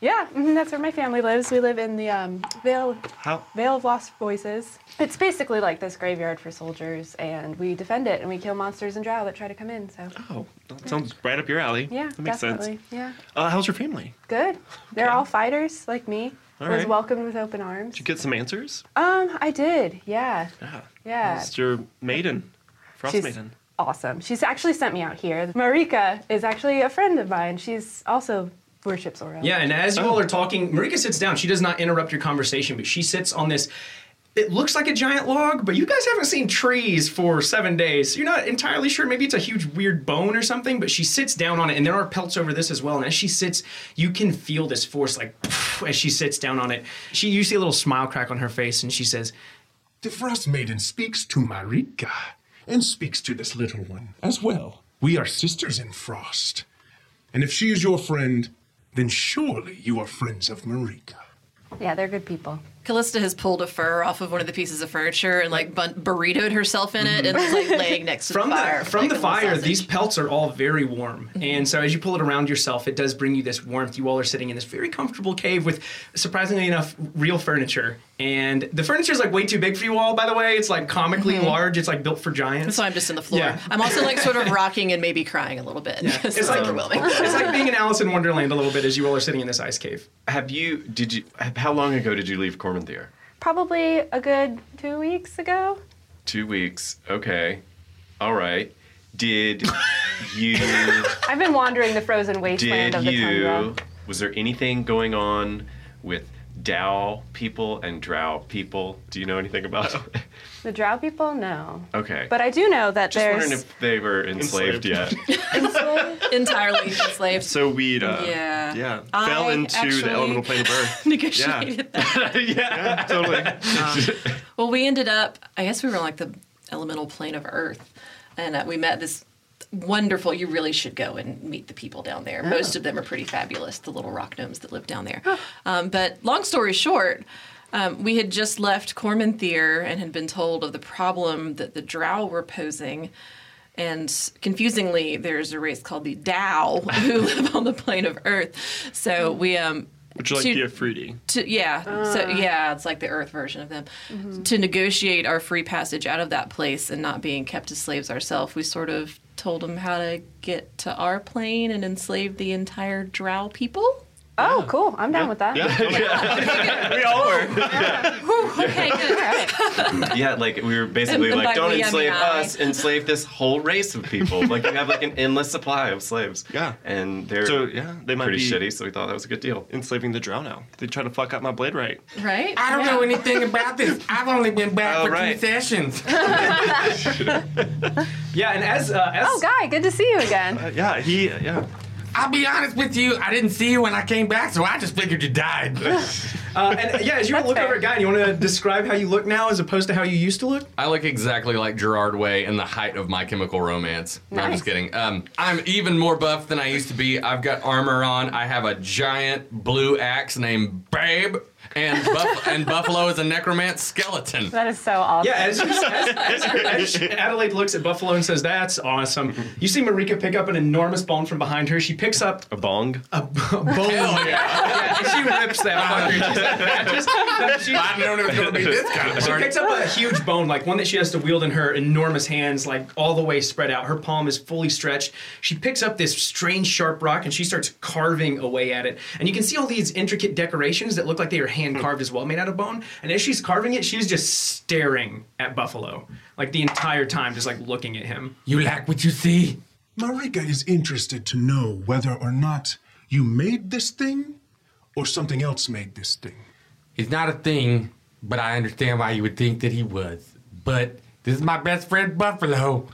Speaker 9: Yeah, mhm, that's where my family lives. We live in the um, Vale
Speaker 3: How?
Speaker 9: Vale of Lost Voices. It's basically like this graveyard for soldiers, and we defend it, and we kill monsters and drow that try to come in. So
Speaker 3: Oh, that sounds right up your alley.
Speaker 9: yeah,
Speaker 3: that makes
Speaker 9: definitely.
Speaker 3: sense.
Speaker 9: Yeah,
Speaker 3: Uh, how's your family?
Speaker 9: good. They're all fighters like me.
Speaker 3: All
Speaker 9: I was
Speaker 3: right.
Speaker 9: welcomed with open arms.
Speaker 3: Did you get some answers?
Speaker 9: um, I did. Yeah,
Speaker 3: Yeah.
Speaker 9: yeah.
Speaker 3: It's your maiden, Frost
Speaker 9: She's-
Speaker 3: Maiden.
Speaker 9: Awesome. She's actually sent me out here. Marika is actually a friend of mine. She's also worships Orel.
Speaker 2: Yeah, and as you all are talking, Marika sits down. She does not interrupt your conversation, but she sits on this. It looks like a giant log, but you guys haven't seen trees for seven days. So you're not entirely sure. Maybe it's a huge weird bone or something, but she sits down on it, and there are pelts over this as well. And as she sits, you can feel this force like as she sits down on it. She you see a little smile crack on her face, and she says,
Speaker 8: The Frost Maiden speaks to Marika and speaks to this little one as well. We are sisters in Frost. And if she is your friend, then surely you are friends of Marika.
Speaker 9: yeah, they're good people.
Speaker 4: Callista has pulled a fur off of one of the pieces of furniture and like bun- burritoed herself in it and is like laying next to
Speaker 2: from
Speaker 4: the fire.
Speaker 2: the from
Speaker 4: like
Speaker 2: the
Speaker 4: a little
Speaker 2: fire,
Speaker 4: sausage.
Speaker 2: these pelts are all very warm, and so as you pull it around yourself, it does bring you this warmth. You all are sitting in this very comfortable cave with, surprisingly enough, real furniture, and the furniture is like way too big for you all. By the way, it's like comically large. It's like built for giants.
Speaker 4: So I'm just in the floor.
Speaker 2: Yeah.
Speaker 4: I'm also like sort of rocking and maybe crying a little bit. *laughs* because it's
Speaker 2: like- *laughs*
Speaker 4: overwhelming.
Speaker 2: *laughs* it's like being in Alice in Wonderland a little bit as you all are sitting in this ice cave.
Speaker 1: Have you? Did you? How long ago did you leave Cormanthir?
Speaker 9: Probably a good two weeks ago.
Speaker 1: Two weeks. Okay. All right. Did
Speaker 9: *laughs*
Speaker 1: you?
Speaker 9: I've been wandering the frozen wasteland
Speaker 1: did
Speaker 9: of the
Speaker 1: you?
Speaker 9: tundra.
Speaker 1: Was there anything going on with Dow people and Drow people? Do you know anything *laughs* about? it?
Speaker 9: The drow people? No.
Speaker 1: okay.
Speaker 9: But I do know that
Speaker 1: just wondering
Speaker 9: there's
Speaker 1: if they were enslaved,
Speaker 3: Enslaved.
Speaker 1: yet.
Speaker 4: Entirely enslaved.
Speaker 3: So we, uh,
Speaker 4: Yeah.
Speaker 3: yeah,
Speaker 4: I
Speaker 3: fell into
Speaker 4: actually-
Speaker 3: the elemental
Speaker 4: *laughs*
Speaker 3: plane of earth.
Speaker 4: negotiated
Speaker 3: *laughs* Yeah.
Speaker 4: that. Um,
Speaker 1: yeah.
Speaker 3: totally.
Speaker 4: Well, we ended up, I guess we were on like the elemental plane of Earth, and uh, we met this wonderful, you really should go and meet the people down there. Most of them are pretty fabulous, the little rock gnomes that live down there. Um, but long story short, um, we had just left Cormanthir and had been told of the problem that the drow were posing. And confusingly, there's a race called the Dow who *laughs* live on the plane of Earth. So we um,
Speaker 3: Would you like
Speaker 4: to-
Speaker 3: the Afridi?
Speaker 4: to yeah so yeah it's like the earth version of them to negotiate our free passage out of that place and not being kept as slaves ourselves we sort of told them how to get to our plane and enslave the entire drow people
Speaker 9: Oh, cool. I'm down with that.
Speaker 3: we all were.
Speaker 4: okay,
Speaker 2: *laughs*
Speaker 4: good.
Speaker 10: yeah, like we were basically
Speaker 4: And- and
Speaker 10: like,
Speaker 4: by
Speaker 10: don't
Speaker 4: we, I mean
Speaker 10: enslave
Speaker 4: I."
Speaker 10: us, enslave this whole race of people. like you have like an endless supply of slaves. Yeah, and they're
Speaker 3: So, yeah, they might
Speaker 10: pretty
Speaker 3: be-
Speaker 10: shitty. So we thought that was a good deal.
Speaker 3: Enslaving the drow now. They try to fuck up my blade right.
Speaker 4: Right?
Speaker 5: I don't know anything about this. I've only been back for two sessions.
Speaker 2: yeah, and as, uh, as
Speaker 9: Oh, guy, good to see you again.
Speaker 3: Uh,
Speaker 1: *laughs*
Speaker 3: yeah, he yeah.
Speaker 5: I'll be honest with you. I didn't see you when I came back, so I just figured you died.
Speaker 2: uh, and yeah, as you look over at Guy, and you want to describe how you look now as opposed to how you used to look?
Speaker 11: *laughs* I look exactly like Gerard Way in the height of my chemical romance. No, I'm just
Speaker 2: Nice.
Speaker 11: kidding. Um, I'm even more buff than I used to be. I've got armor on. I have a giant blue axe named Babe, and, buff- and Buffalo is a necromant skeleton.
Speaker 9: That is so awesome.
Speaker 2: Yeah, as, you, as, as, as Adelaide looks at Buffalo and says, "That's awesome." You see Marika pick up an enormous bone from behind her. She picks up
Speaker 1: a bong.
Speaker 2: A, b- a bone. Yeah, and *laughs* she rips that. fucker. She's like, "That just- that- she-
Speaker 5: I didn't know it was gonna be this kind of
Speaker 2: She
Speaker 5: party.
Speaker 2: picks up a huge bone, like one that she has to wield in her enormous hands, like all the way spread out. Her palm is fully stretched. She picks up this strange, sharp rock and she starts carving away at it. And you can see all these intricate decorations that look like they are hand carved as well, made out of bone. And as she's carving it, she's just staring at Buffalo, like the entire time, just like looking at him.
Speaker 5: You like what you see?
Speaker 8: Marika is interested to know whether or not you made this thing or something else made this thing.
Speaker 5: He's not a thing, but I understand why you would think that he was. But this is my best friend Buffalo,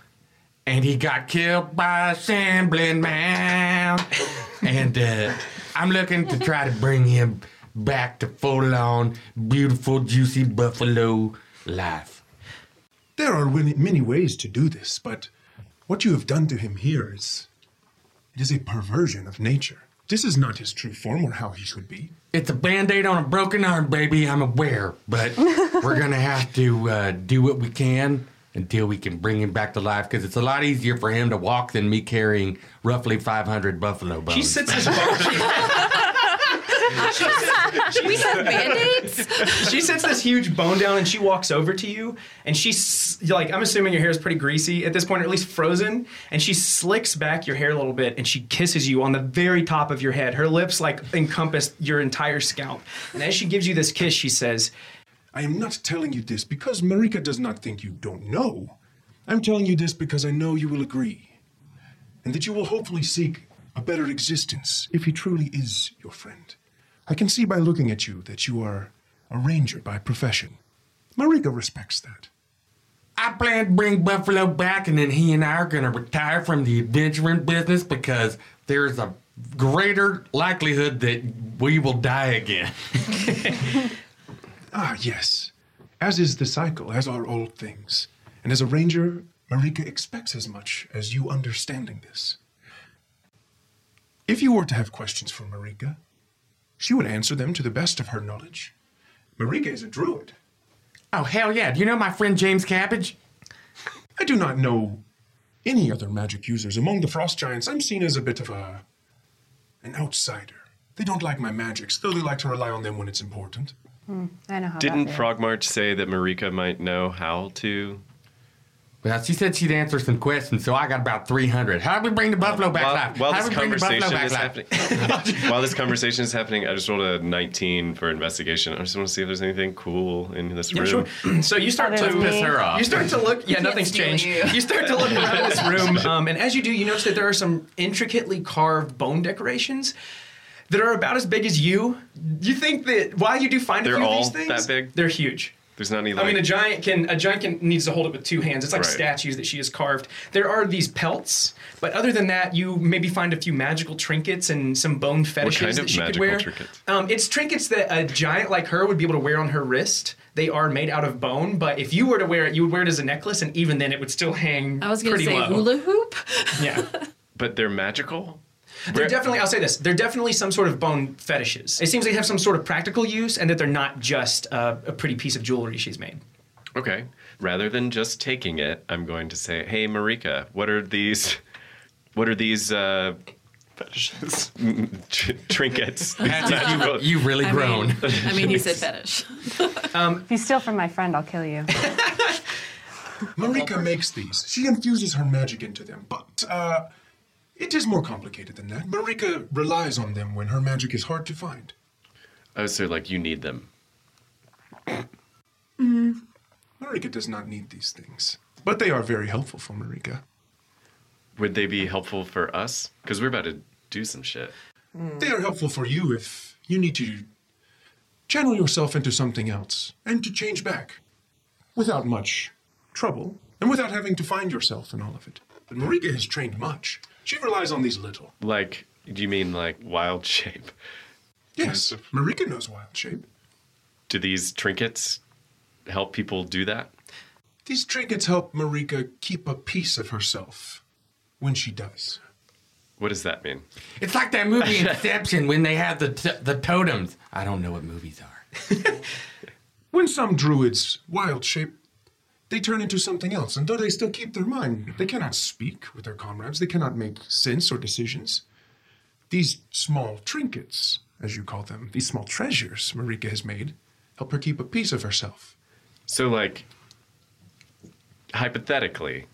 Speaker 5: and he got killed by a shambling man. and uh, I'm looking to try to bring him back to full on, beautiful, juicy Buffalo life.
Speaker 8: There are wi- many ways to do this, but what you have done to him here is. It is a perversion of nature. This is not his true form or how he should be.
Speaker 5: It's a band aid on a broken arm, baby, I'm aware. But we're going to have to uh, do what we can until we can bring him back to life because it's a lot easier for him to walk than me carrying roughly 500 buffalo bones.
Speaker 2: She sits as we
Speaker 4: have band-aids?
Speaker 2: she sets this huge bone down and she walks over to you and she's like i'm assuming your hair is pretty greasy at this point or at least frozen and she slicks back your hair a little bit and she kisses you on the very top of your head her lips like encompass your entire scalp and as she gives you this kiss she says
Speaker 8: I am not telling you this because Marika does not think you don't know. I'm telling you this because I know you will agree. And that you will hopefully seek a better existence if he truly is your friend. I can see by looking at you that you are a ranger by profession. Marika respects that.
Speaker 5: I plan to bring Buffalo back, and then he and I are going to retire from the adventuring business because there's a greater likelihood that we will die again. *laughs*
Speaker 8: Ah, yes. As is the cycle, as are all things. And as a ranger, Marika expects as much as you understanding this. If you were to have questions for Marika, she would answer them to the best of her knowledge. Marika is a druid.
Speaker 5: Oh, hell yeah. Do you know my friend James Cabbage?
Speaker 8: I do not know any other magic users. Among the frost giants, I'm seen as a bit of a. an outsider. They don't like my magics, though they like to rely on them when it's important.
Speaker 9: Hmm, I know how
Speaker 1: Didn't
Speaker 9: that feels.
Speaker 1: Frog March say that Marika might know how to?
Speaker 5: Well, she said she'd answer some questions, so I got about 300. How do we bring the Buffalo back
Speaker 1: While,
Speaker 5: live?
Speaker 1: while
Speaker 5: How
Speaker 1: this
Speaker 5: do we bring the Buffalo
Speaker 1: conversation
Speaker 5: back
Speaker 1: is happening, *laughs* while this conversation is happening, I just rolled a 19 for investigation. I just want to see if there's anything cool in this
Speaker 2: Yeah,
Speaker 1: room.
Speaker 2: sure. *clears throat* So you start to
Speaker 1: Let's piss her off.
Speaker 2: You start to look. Yeah,
Speaker 1: Can't
Speaker 2: nothing's
Speaker 1: steal
Speaker 2: changed.
Speaker 1: you.
Speaker 2: You. start to
Speaker 1: *laughs*
Speaker 2: look around this room, um, and as you do, you notice that there are some intricately carved bone decorations that are about as big as you. You think that while you do find
Speaker 1: They're
Speaker 2: a few
Speaker 1: all
Speaker 2: of these
Speaker 1: that
Speaker 2: things,
Speaker 1: big.
Speaker 2: They're huge.
Speaker 1: There's not any.
Speaker 2: I mean,
Speaker 1: like-
Speaker 2: a giant can a giant can needs to hold it with two hands. It's like
Speaker 1: Right.
Speaker 2: statues that she has carved. There are these pelts, but other than that, you maybe find a few magical trinkets and some bone fetishes
Speaker 1: kind of
Speaker 2: that she could
Speaker 1: magical
Speaker 2: wear.
Speaker 1: trinkets?
Speaker 2: Um, it's trinkets that a giant like her would be able to wear on her wrist. They are made out of bone, but if you were to wear it, you would wear it as a necklace, and even then, it would still hang.
Speaker 4: I was going to
Speaker 2: pretty
Speaker 4: say
Speaker 2: low.
Speaker 4: hula hoop.
Speaker 1: *laughs*
Speaker 2: Yeah.
Speaker 1: but they're magical.
Speaker 2: They're definitely, I'll say this, they're definitely some sort of bone fetishes. It seems they have some sort of practical use and that they're not just uh, a pretty piece of jewelry she's made.
Speaker 1: Okay. Rather than just taking it, I'm going to say, "Hey, Marika, what are these? What are these uh, *laughs* fetishes? trinkets?
Speaker 5: You've- you've really
Speaker 4: I mean, *laughs* I mean,
Speaker 2: *laughs*
Speaker 4: he said fetish.
Speaker 9: if you steal from my friend, I'll
Speaker 1: *laughs*
Speaker 9: kill you.
Speaker 8: Marika makes these. She infuses her magic into them, but uh, It is more complicated than that. Marika relies on them when her magic is hard to find.
Speaker 1: Oh, so like you need them.
Speaker 8: Mm. Marika does not need these things, but they are very helpful for Marika.
Speaker 1: Would they be helpful for us? Because we're about to do some shit.
Speaker 8: Hmm. They are helpful for you if you need to channel yourself into something else and to change back without much trouble and without having to find yourself in all of it. But Marika has trained much. She relies on these little.
Speaker 1: Like, do you mean like wild *laughs* shape?
Speaker 8: Yes, Marika knows wild shape.
Speaker 1: Do these trinkets help people do that?
Speaker 8: These trinkets help Marika keep a piece of herself when she does.
Speaker 1: What does that mean?
Speaker 5: It's like that movie Inception when they have the t- the totems. I don't know what movies are.
Speaker 8: When some druids wild shape, they turn into something else, and though they still keep their mind, they cannot speak with their comrades, they cannot make sense or decisions. These small trinkets, as you call them, these small treasures Marika has made, help her keep a piece of herself.
Speaker 1: So, like, hypothetically,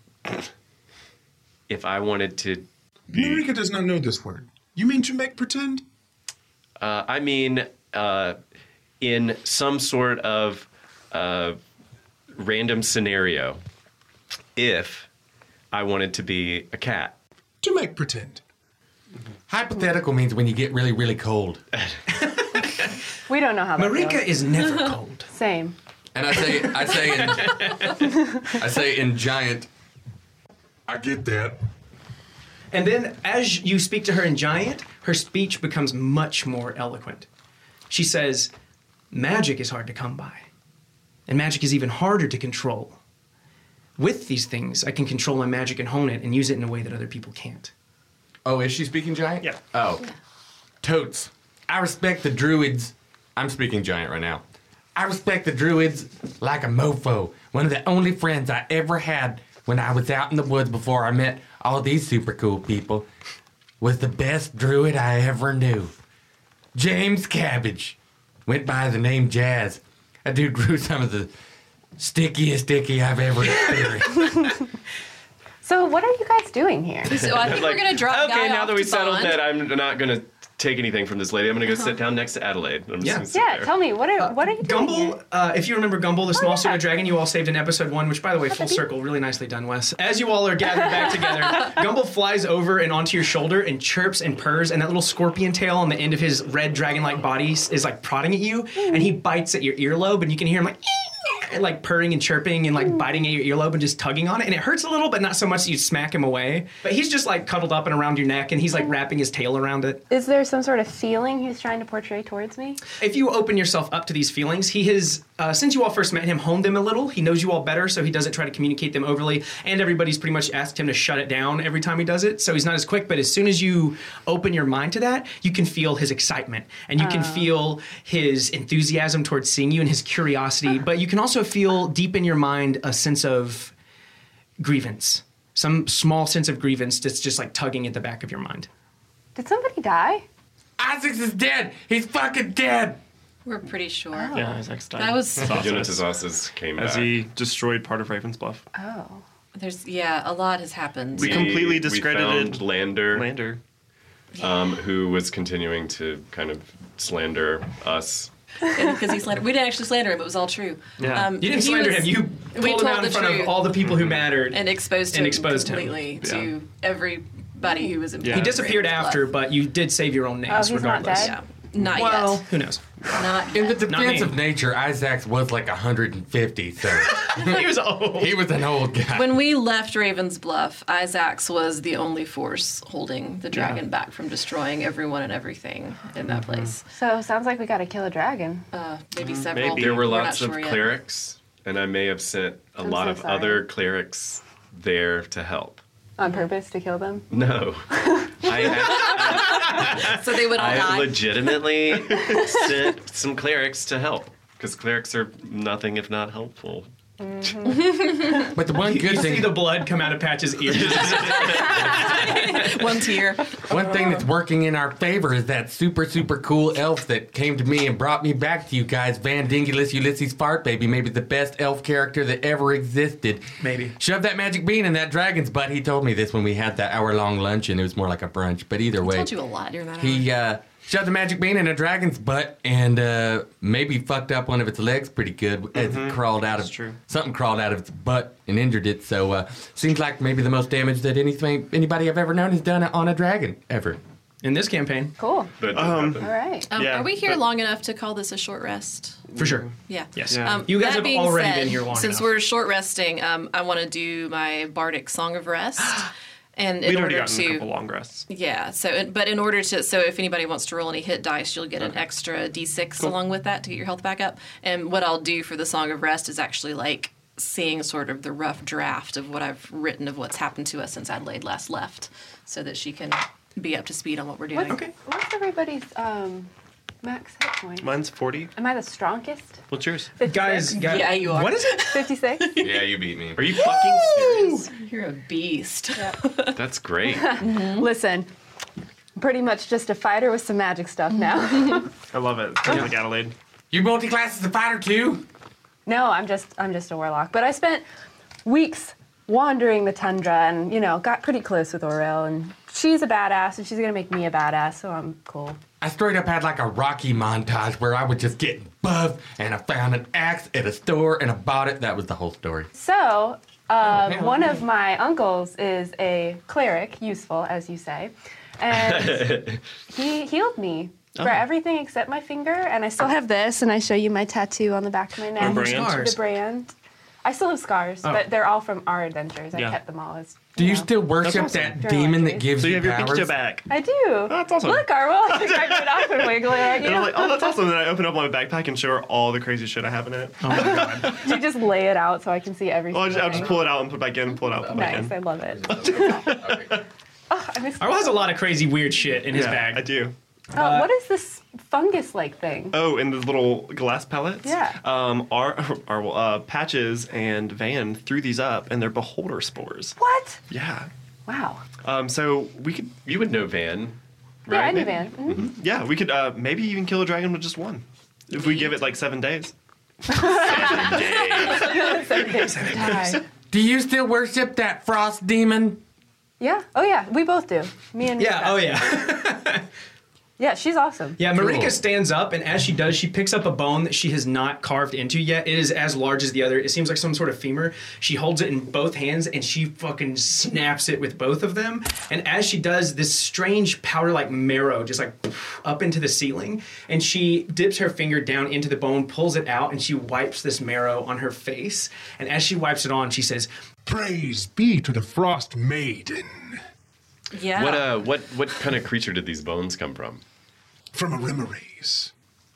Speaker 1: if I wanted to,
Speaker 8: Marika does not know this word. You mean to make pretend?
Speaker 1: uh, I mean, uh, in some sort of uh, random scenario, if I wanted to be a cat,
Speaker 8: To make pretend.
Speaker 5: Hypothetical means when you get really, really cold.
Speaker 9: We don't know how that
Speaker 5: Marika
Speaker 9: goes.
Speaker 4: *laughs*
Speaker 5: is never cold.
Speaker 9: Same.
Speaker 11: And I say, I say, in, I say in giant.
Speaker 8: I get that.
Speaker 2: And then as you speak to her in giant, her speech becomes much more eloquent. She says, Magic is hard to come by, and magic is even harder to control. With these things, I can control my magic and hone it and use it in a way that other people can't.
Speaker 5: Oh, is she speaking giant? Yeah. Oh. Totes. I respect the druids. I'm speaking giant right now. I respect the druids like a mofo. One of the only friends I ever had when I was out in the woods before I met all these super cool people was the best druid I ever knew. James Cabbage. Went by the name Jazz. That dude grew *laughs* some of the stickiest dicky I've ever experienced.
Speaker 9: So what are you guys doing here?
Speaker 4: So I think
Speaker 1: Like,
Speaker 4: we're gonna drop.
Speaker 1: Okay,
Speaker 4: Guy
Speaker 1: now
Speaker 4: off
Speaker 1: that we
Speaker 4: to
Speaker 1: settled
Speaker 4: bond.
Speaker 1: that,
Speaker 2: uh,
Speaker 1: I'm not gonna take anything from this lady. I'm gonna go
Speaker 9: Uh-huh.
Speaker 1: sit down next to Adelaide. I'm just
Speaker 2: Yeah.
Speaker 1: gonna sit
Speaker 9: Yeah,
Speaker 1: there.
Speaker 9: tell me what are
Speaker 1: Uh,
Speaker 9: what are you doing? here? Oh,
Speaker 2: Gumble, uh, if you remember Gumble, the small pseudo dragon you all saved in episode one, which by the way, full circle, really nicely done, Wes. As you all are gathered
Speaker 9: *laughs*
Speaker 2: back together, Gumble flies over and onto your shoulder and chirps and purrs, and that little scorpion tail on the end of his red dragon-like body s- is like prodding at you,
Speaker 9: Hmm.
Speaker 2: and he bites at your earlobe, and you can hear him like. and, like purring and chirping and
Speaker 9: Hmm.
Speaker 2: like biting at your earlobe and just tugging on it, and it hurts a little, but not so much that you smack him away. But he's just like cuddled up and around your neck, and he's
Speaker 9: Hmm.
Speaker 2: like wrapping his tail around it.
Speaker 9: Is there some sort of feeling he's trying to portray towards me?
Speaker 2: If you open yourself up to these feelings, he has, uh, since you all first met him, honed them a little. He knows you all better, so he doesn't try to communicate them overly. And everybody's pretty much asked him to shut it down every time he does it, so he's not as quick. But as soon as you open your mind to that, you can feel his excitement and you can
Speaker 12: Oh.
Speaker 2: feel his enthusiasm towards seeing you and his curiosity. But you can also feel deep in your mind a sense of grievance, some small sense of grievance that's just like tugging at the back of your mind.
Speaker 9: Did somebody die?
Speaker 5: Isaacs is dead. He's fucking dead.
Speaker 4: We're pretty sure.
Speaker 2: Oh.
Speaker 3: Yeah, Isaac's dead.
Speaker 4: That was
Speaker 1: Jonas Osses came
Speaker 3: as
Speaker 1: back.
Speaker 3: he destroyed part of Raven's Bluff.
Speaker 4: Uh,
Speaker 9: Oh.
Speaker 4: There's yeah, a lot has happened.
Speaker 3: We completely discredited
Speaker 1: found Lander.
Speaker 3: Lander.
Speaker 1: Um, who was continuing to kind of slander us.
Speaker 4: because he slandered. We didn't actually slander him; it was all true. Um,
Speaker 2: you didn't
Speaker 4: he
Speaker 2: slander
Speaker 4: was-
Speaker 2: him. You
Speaker 4: we
Speaker 2: pulled him
Speaker 4: told
Speaker 2: out in
Speaker 4: the
Speaker 2: front
Speaker 4: truth
Speaker 2: of all the people who mattered
Speaker 4: and exposed him
Speaker 2: and exposed him.
Speaker 4: completely
Speaker 2: Yeah.
Speaker 4: to everybody who was.
Speaker 2: He disappeared after, but you did save your own names regardless.
Speaker 4: Yeah. Not
Speaker 2: well,
Speaker 4: yet.
Speaker 2: who knows? *laughs*
Speaker 4: Not
Speaker 5: In the
Speaker 2: Not
Speaker 5: defense
Speaker 2: me.
Speaker 5: of nature, Isaacs was like
Speaker 2: *laughs*
Speaker 5: 150, so
Speaker 2: he
Speaker 4: *laughs*
Speaker 2: was
Speaker 4: Oh.
Speaker 2: old.
Speaker 5: He was an old guy.
Speaker 4: When we left Raven's Bluff, Isaacs was the only force holding the dragon back from destroying everyone and everything in that
Speaker 2: Mm-hmm.
Speaker 4: place.
Speaker 9: So sounds like we gotta kill a dragon.
Speaker 4: Uh, maybe several.
Speaker 1: There were
Speaker 4: We're not
Speaker 1: lots of
Speaker 4: sure yet.
Speaker 1: clerics, and I may have sent a
Speaker 9: I'm
Speaker 1: lot
Speaker 9: so
Speaker 1: of
Speaker 9: sorry.
Speaker 1: other clerics there to help.
Speaker 9: On purpose to kill them.
Speaker 1: No. *laughs* I,
Speaker 4: so they would all
Speaker 1: I
Speaker 4: die.
Speaker 1: legitimately
Speaker 9: *laughs*
Speaker 1: sent some clerics to help because clerics are nothing if not helpful.
Speaker 5: But the one
Speaker 2: You-
Speaker 5: good
Speaker 2: you
Speaker 5: thing-
Speaker 2: see the blood come out of Patch's
Speaker 4: *laughs*
Speaker 2: ears.
Speaker 1: *laughs*
Speaker 4: One tear.
Speaker 5: One thing that's working in our favor is that super, super cool elf that came to me and brought me back to you guys, Van Dingulus Ulysses Fart Baby, maybe the best elf character that ever existed. Maybe. Shove that magic bean in that dragon's butt. He told me this when we had that hour long lunch, and it was more like a brunch, but either
Speaker 4: I
Speaker 5: way.
Speaker 4: told you a lot during that. hour.
Speaker 5: He uh, shoved a magic bean in a dragon's butt and uh, maybe fucked up one of its legs pretty good as it crawled out of something crawled out of its butt and injured it. So uh, seems like maybe the most damage that anything anybody I've ever known has done on a dragon ever
Speaker 2: in this campaign.
Speaker 9: Cool.
Speaker 3: Um,
Speaker 4: All right. Um,
Speaker 5: Yeah,
Speaker 4: are we here
Speaker 5: but-
Speaker 4: long enough to call this a short rest?
Speaker 2: For sure.
Speaker 4: Yeah. Um,
Speaker 2: Yes. You guys
Speaker 4: that
Speaker 2: have
Speaker 4: being
Speaker 2: already
Speaker 4: said,
Speaker 2: been here long
Speaker 4: Since
Speaker 2: enough.
Speaker 4: we're short resting, um, I want to do my bardic song
Speaker 2: *gasps*
Speaker 4: of rest. And in
Speaker 3: We'd already
Speaker 4: order
Speaker 3: gotten a
Speaker 4: to
Speaker 3: couple long rests.
Speaker 4: yeah, so in- but in order to so if anybody wants to roll any hit dice, you'll get an extra d6 along with that to get your health back up. And what I'll do for the song of rest is actually like seeing sort of the rough draft of what I've written of what's happened to us since Adelaide last left, so that she can be up to speed on what we're doing.
Speaker 9: What's, what's everybody's um, max hit point?
Speaker 3: Mine's 40.
Speaker 9: Am I the strongest?
Speaker 3: What's yours?
Speaker 9: 56?
Speaker 4: yeah, you are.
Speaker 9: 56.
Speaker 11: *laughs*
Speaker 5: Mm-hmm.
Speaker 11: yeah, you beat me.
Speaker 3: Are you fucking
Speaker 9: serious?
Speaker 4: You're a beast.
Speaker 11: That's great.
Speaker 9: Listen, pretty much just a fighter with some magic stuff now.
Speaker 3: I love it. Sounds like Adelaide.
Speaker 5: *laughs* You multi-class as a fighter too?
Speaker 9: *laughs* no, I'm just I'm just a warlock. But I spent weeks wandering the tundra and you know got pretty close with Orel and she's a badass and she's gonna make me a badass so I'm cool.
Speaker 5: I straight up had like a Rocky montage where I was just getting buffed and I found an axe at a store and I bought it. That was the whole story.
Speaker 9: So, uh,
Speaker 5: hell
Speaker 9: one
Speaker 5: yeah.
Speaker 9: of my uncles is a cleric, useful as you say, and he healed me for
Speaker 7: Oh.
Speaker 9: everything except my finger, and I still have this. And I show you my tattoo on the back of my neck.
Speaker 5: brand? Scars.
Speaker 9: The brand. I still have scars,
Speaker 5: Oh.
Speaker 9: but they're all from our adventures. I
Speaker 5: Yeah.
Speaker 9: kept them all as.
Speaker 5: Do you still worship
Speaker 9: awesome.
Speaker 5: that
Speaker 9: Journal
Speaker 5: demon that
Speaker 9: entries.
Speaker 5: gives
Speaker 9: So you
Speaker 5: you
Speaker 9: have your
Speaker 5: powers?
Speaker 9: picture
Speaker 3: back.
Speaker 9: I do. that's
Speaker 3: awesome.
Speaker 9: Look, Arwell, *laughs* I think I could off and wiggle it at
Speaker 3: And I'm like,
Speaker 9: you.
Speaker 3: oh, that's awesome. Then I open up my backpack and show her all the crazy shit I have in it.
Speaker 1: Oh.
Speaker 9: you just lay it out so I can see everything.
Speaker 3: I'll, just, I'll just pull it out and put it back in, pull it out, put it back
Speaker 9: Nice,
Speaker 3: in.
Speaker 9: I love it. *laughs* oh, I missed.
Speaker 2: Arwell has a lot of crazy weird shit in his
Speaker 3: Yeah,
Speaker 2: bag.
Speaker 3: I do.
Speaker 9: Oh, what is this fungus-like thing?
Speaker 3: Oh, and the little glass pellets?
Speaker 9: Yeah.
Speaker 3: Um, our, our uh, patches and Van threw these up, and they're beholder spores.
Speaker 9: What?
Speaker 3: Yeah.
Speaker 9: Wow.
Speaker 3: Um, so we could. You would know Van.
Speaker 9: Yeah, I knew Van. Mhm.
Speaker 3: Yeah, we could uh, maybe even kill a dragon with just one. If we give it like seven days.
Speaker 2: *laughs*
Speaker 9: Die.
Speaker 5: Do you still worship that frost demon?
Speaker 9: Yeah. Oh yeah. We both do. Me and
Speaker 2: Yeah,
Speaker 9: Marika.
Speaker 2: oh yeah.
Speaker 9: Yeah. She's awesome.
Speaker 2: Yeah, Marika stands up, and as she does, she picks up a bone that she has not carved into yet. It is as large as the other. It seems like some sort of femur. She holds it in both hands, and she fucking snaps it with both of them. And as she does, this strange powder-like marrow just like up into the ceiling. And she dips her finger down into the bone, pulls it out, and she wipes this marrow on her face. And as she wipes it on, she says,
Speaker 8: Praise be to the Frost Maiden.
Speaker 4: *laughs* Yeah.
Speaker 1: What
Speaker 9: Ah.
Speaker 1: uh, what what kind of creature did these bones come from?
Speaker 8: From a rimmerase,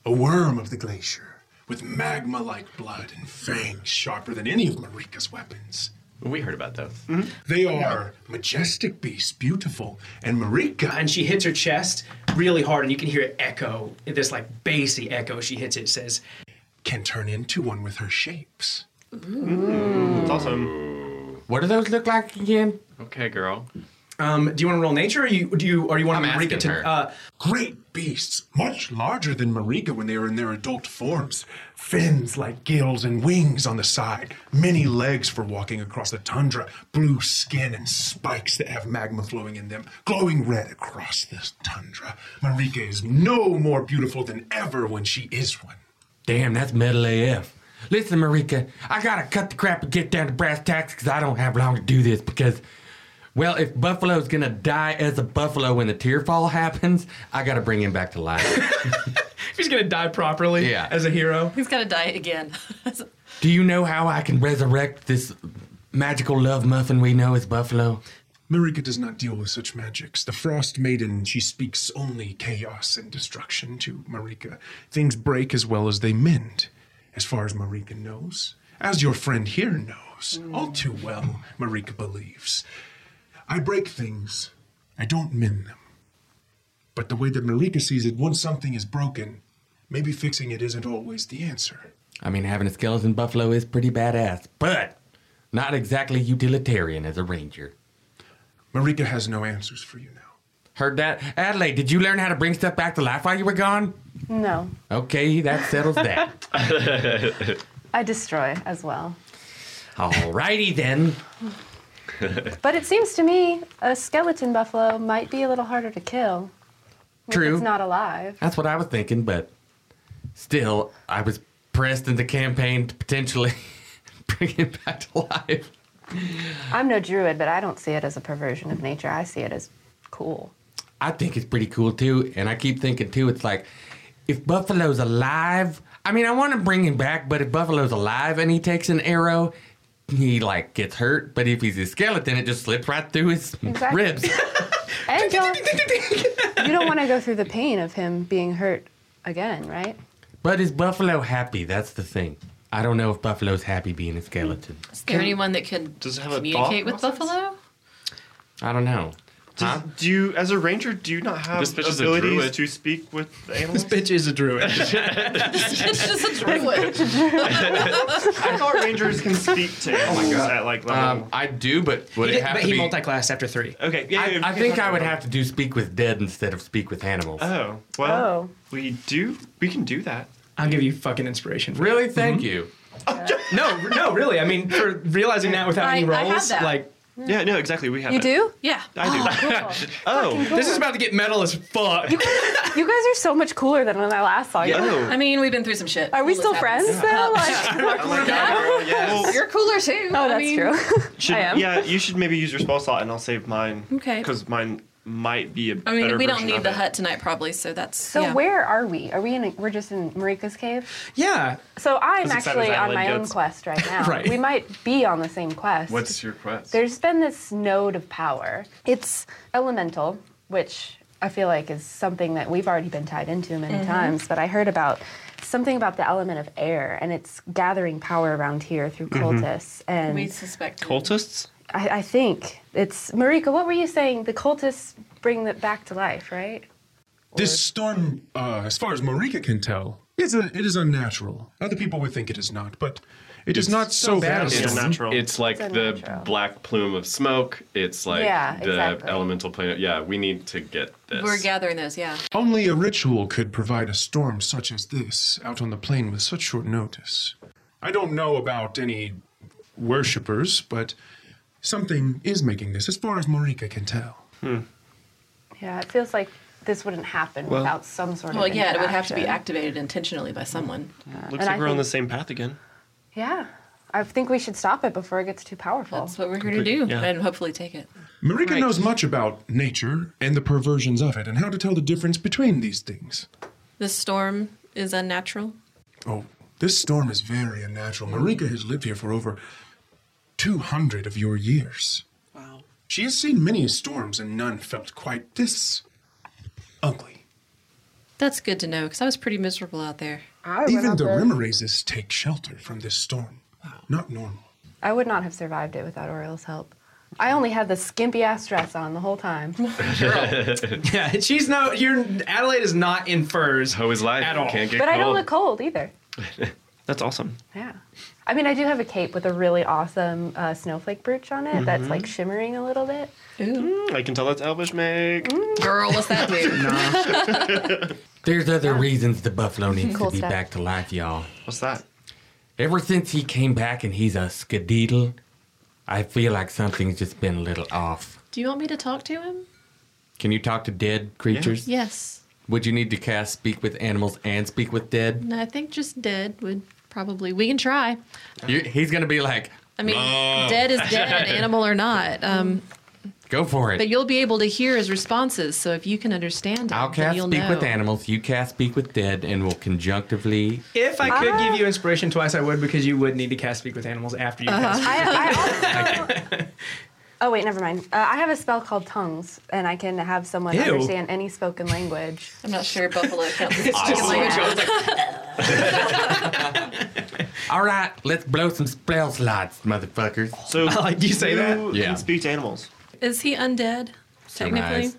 Speaker 8: a worm of the glacier, with magma like blood and fangs sharper than any of Marika's weapons.
Speaker 1: We heard about those.
Speaker 3: Mm-hmm.
Speaker 8: They are majestic beasts, beautiful, and Marika.
Speaker 2: And she hits her chest really hard, and you can hear it echo. This like bassy echo. She hits it. Says,
Speaker 8: "Can turn into one with her shapes."
Speaker 3: It's awesome.
Speaker 5: What do those look like again?
Speaker 1: Okay, girl.
Speaker 2: Um, do you want to roll nature, or you do you, or you want
Speaker 8: I'm
Speaker 2: Marika
Speaker 8: asking
Speaker 2: to?
Speaker 8: her.
Speaker 2: Uh,
Speaker 8: Great beasts, much larger than Marika when they are in their adult forms. Fins like gills and wings on the side, many legs for walking across the tundra, blue skin and spikes that have magma flowing in them, glowing red across the tundra. Marika is no more beautiful than ever when she is one.
Speaker 5: Damn, that's metal AF. Listen, Marika, I gotta cut the crap and get down to brass tacks because I don't have long to do this because, well, if Buffalo's gonna die as a buffalo when the tearfall happens, I gotta bring him back to life.
Speaker 2: he's gonna die properly.
Speaker 5: Yeah.
Speaker 2: As a hero.
Speaker 4: He's gotta die again. *laughs*
Speaker 5: do you know how I can resurrect this magical love muffin we know as Buffalo?
Speaker 8: Marika does not deal with such magics. The Frost Maiden, she speaks only chaos and destruction to Marika. Things break as well as they mend, as far as Marika knows. As your friend here knows, all too well, Marika believes. I break things, I don't mend them. But the way that Marika sees it, once something is broken, Maybe fixing it isn't always the answer.
Speaker 5: I mean, having a skeleton buffalo is pretty badass, but not exactly utilitarian as a ranger.
Speaker 8: Marika has no answers for you now.
Speaker 5: Heard that? Adelaide, did you learn how to bring stuff back to life while you were gone?
Speaker 9: No,
Speaker 5: Okay, that settles that.
Speaker 9: I destroy as well.
Speaker 5: Alrighty then.
Speaker 9: But it seems to me a skeleton buffalo might be a little harder to kill. if
Speaker 5: True.
Speaker 9: It's not alive.
Speaker 5: That's what I was thinking, but still, I was pressed in the campaign to potentially *laughs* bring it back to life.
Speaker 9: I'm no druid, but I don't see it as a perversion of nature. I see it as cool.
Speaker 5: I think it's pretty cool too, and I keep thinking too, it's like if Buffalo's alive, I mean, I want to bring him back, but if Buffalo's alive and he takes an arrow, he like gets hurt. But if he's a skeleton, it just slips right through his
Speaker 9: Exactly.
Speaker 5: ribs.
Speaker 9: And don't, *laughs* you don't want to go through the pain of him being hurt again, right?
Speaker 5: But is Buffalo happy? That's the thing. I don't know if Buffalo's happy being a skeleton.
Speaker 4: Is there anyone that can
Speaker 3: a
Speaker 4: communicate
Speaker 3: thought
Speaker 4: with
Speaker 3: *laughs*
Speaker 4: Buffalo?
Speaker 5: I don't know.
Speaker 3: Does, Do you, as a ranger, do you not have
Speaker 1: This bitch is a
Speaker 3: abilities
Speaker 1: druid.
Speaker 3: to speak with the animals?
Speaker 2: This bitch is a druid.
Speaker 4: it's just a druid.
Speaker 3: I thought rangers can speak to
Speaker 5: Oh
Speaker 3: animals at like level.
Speaker 11: Um, I do, but would
Speaker 2: He
Speaker 11: it
Speaker 2: did-
Speaker 11: have
Speaker 2: but
Speaker 11: to
Speaker 2: he
Speaker 11: be?
Speaker 2: multi-classed after three.
Speaker 3: Okay,
Speaker 5: I, I think I would have to do speak with dead instead of speak with animals.
Speaker 3: Oh, well, we do. We can do that.
Speaker 2: I'll give you fucking inspiration. For
Speaker 5: really? Thank you.
Speaker 2: no, no, really. I mean, for realizing that without any
Speaker 4: I- I
Speaker 2: rolls,
Speaker 4: have that.
Speaker 2: like.
Speaker 3: Yeah, no, exactly. We have
Speaker 9: You do?
Speaker 4: Yeah.
Speaker 3: *laughs* I
Speaker 2: do.
Speaker 3: Oh,
Speaker 9: Fucking cool.
Speaker 2: this is about to get metal as fuck.
Speaker 9: You guys are so much cooler than when I last
Speaker 3: Oh,
Speaker 9: saw you.
Speaker 4: I mean, we've been through some shit.
Speaker 9: Are we
Speaker 4: This
Speaker 9: still
Speaker 4: happens.
Speaker 2: *laughs*
Speaker 9: friends, though?
Speaker 4: *laughs*
Speaker 9: Like, we're
Speaker 4: Oh
Speaker 9: cooler
Speaker 4: my
Speaker 9: now?
Speaker 4: God, girl, yes. You're cooler too.
Speaker 9: Oh,
Speaker 4: I
Speaker 9: that's
Speaker 4: mean-
Speaker 9: true. *laughs*
Speaker 3: Should,
Speaker 9: I am.
Speaker 3: Yeah, you should maybe use your spell slot, and I'll save mine.
Speaker 4: Okay.
Speaker 3: Because mine might be a
Speaker 4: I
Speaker 3: better
Speaker 4: mean, we don't
Speaker 3: version
Speaker 4: need
Speaker 3: of
Speaker 4: the
Speaker 3: it.
Speaker 4: hut tonight, probably. So that's
Speaker 9: So
Speaker 4: yeah.
Speaker 9: where are we? Are we in? A, we're just in Marika's cave.
Speaker 2: Yeah.
Speaker 9: So I'm
Speaker 3: As excited
Speaker 9: actually
Speaker 3: as
Speaker 9: on
Speaker 3: Adelaide
Speaker 9: my own
Speaker 3: gets.
Speaker 9: quest right now.
Speaker 3: Right.
Speaker 9: We might be on the same quest.
Speaker 10: What's your quest?
Speaker 9: There's been this node of power. It's elemental, which I feel like is something that we've already been tied into many
Speaker 12: Mhm.
Speaker 9: times, but I heard about something about the element of air and it's gathering power around here through
Speaker 3: Mhm.
Speaker 9: cultists and
Speaker 4: we suspect
Speaker 3: Cultists?
Speaker 9: I, I think it's Marika, what were you saying? The cultists bring it back to life, right?
Speaker 8: This storm, uh, as far as Marika can tell, is a, it is unnatural. Other people would think it is not, but it is not so bad.
Speaker 1: It's, it's like
Speaker 9: It's
Speaker 1: the black plume of smoke. It's like
Speaker 4: Yeah,
Speaker 1: the
Speaker 4: exactly.
Speaker 1: elemental plane. Yeah, we need to get this.
Speaker 4: we're gathering those. Yeah.
Speaker 8: Only a ritual could provide a storm such as this out on the plain with such short notice. I don't know about any worshippers, but something is making this, as far as Marika can tell.
Speaker 9: Yeah, it feels like this wouldn't happen
Speaker 8: Well-
Speaker 9: without some sort
Speaker 4: Well,
Speaker 9: of
Speaker 4: yeah, it would have to be
Speaker 9: interaction.
Speaker 4: activated intentionally by someone.
Speaker 9: Looks And like I we're on think- the
Speaker 3: same path again.
Speaker 9: Yeah. I think we should stop it before it gets too powerful. That's
Speaker 4: what we're here to
Speaker 8: Complete- do, yeah.
Speaker 4: and hopefully take it.
Speaker 8: Marika knows much about nature and the perversions of it and how to tell the difference between these things.
Speaker 4: This storm is unnatural.
Speaker 8: Oh, this storm is very unnatural. Marika has lived here for over 200 of your years. Wow. She has seen many storms and none felt quite this ugly.
Speaker 4: That's good to know because I was pretty miserable out there.
Speaker 8: Even the rim raises take shelter from this storm. Not normal.
Speaker 9: I would not have survived it without Oriole's help. I only had the skimpy ass dress on the whole time.
Speaker 2: yeah, *laughs* she's no. You're Adelaide is not in furs.
Speaker 1: How is life?
Speaker 2: At all.
Speaker 1: Can't
Speaker 9: but I don't look cold either.
Speaker 3: That's awesome.
Speaker 9: Yeah. I mean, I do have a cape with a really awesome uh, snowflake brooch on it that's
Speaker 3: Mhm.
Speaker 9: like shimmering a little bit.
Speaker 3: Mm, I can tell that's Elvish Meg.
Speaker 4: Girl, what's
Speaker 3: *laughs*
Speaker 4: that do?
Speaker 5: There's other reasons the buffalo needs
Speaker 4: Cool
Speaker 5: to be
Speaker 4: stuff.
Speaker 5: back to life, y'all.
Speaker 3: What's that?
Speaker 5: Ever since he came back and he's a skedeedle, I feel like something's just been a little off.
Speaker 4: Do you want me to talk to him?
Speaker 5: Can you talk to dead creatures?
Speaker 4: Yes.
Speaker 5: Would you need to cast speak with animals and speak with dead?
Speaker 4: No, I think just dead would probably. We can try.
Speaker 5: You, he's gonna be like,
Speaker 4: I mean,
Speaker 5: "Mom."
Speaker 4: dead is dead, animal or not. Um,
Speaker 5: Go for it.
Speaker 4: but you'll be able to hear his responses. So if you can understand, him,
Speaker 5: I'll
Speaker 4: then
Speaker 5: cast
Speaker 4: you'll
Speaker 5: speak
Speaker 4: know.
Speaker 5: with animals. You cast speak with dead, and we'll conjunctively.
Speaker 2: If I could
Speaker 4: Ah.
Speaker 2: give you inspiration twice, I would because you would need to cast speak with animals after you
Speaker 4: Uh-huh.
Speaker 2: cast. Speak.
Speaker 4: *laughs*
Speaker 9: *laughs* Oh, wait, never mind. Uh, I have a spell called Tongues, and I can have someone
Speaker 2: Ew.
Speaker 9: understand any spoken language.
Speaker 4: I'm not sure Buffalo counts *laughs* as
Speaker 9: It's just
Speaker 4: spoken language.
Speaker 5: All right, let's blow some spell slots, motherfuckers. *laughs*
Speaker 3: So
Speaker 5: you say that?
Speaker 3: You
Speaker 5: Yeah.
Speaker 3: can speak to animals.
Speaker 4: Is he undead? Technically,
Speaker 5: Sunrise.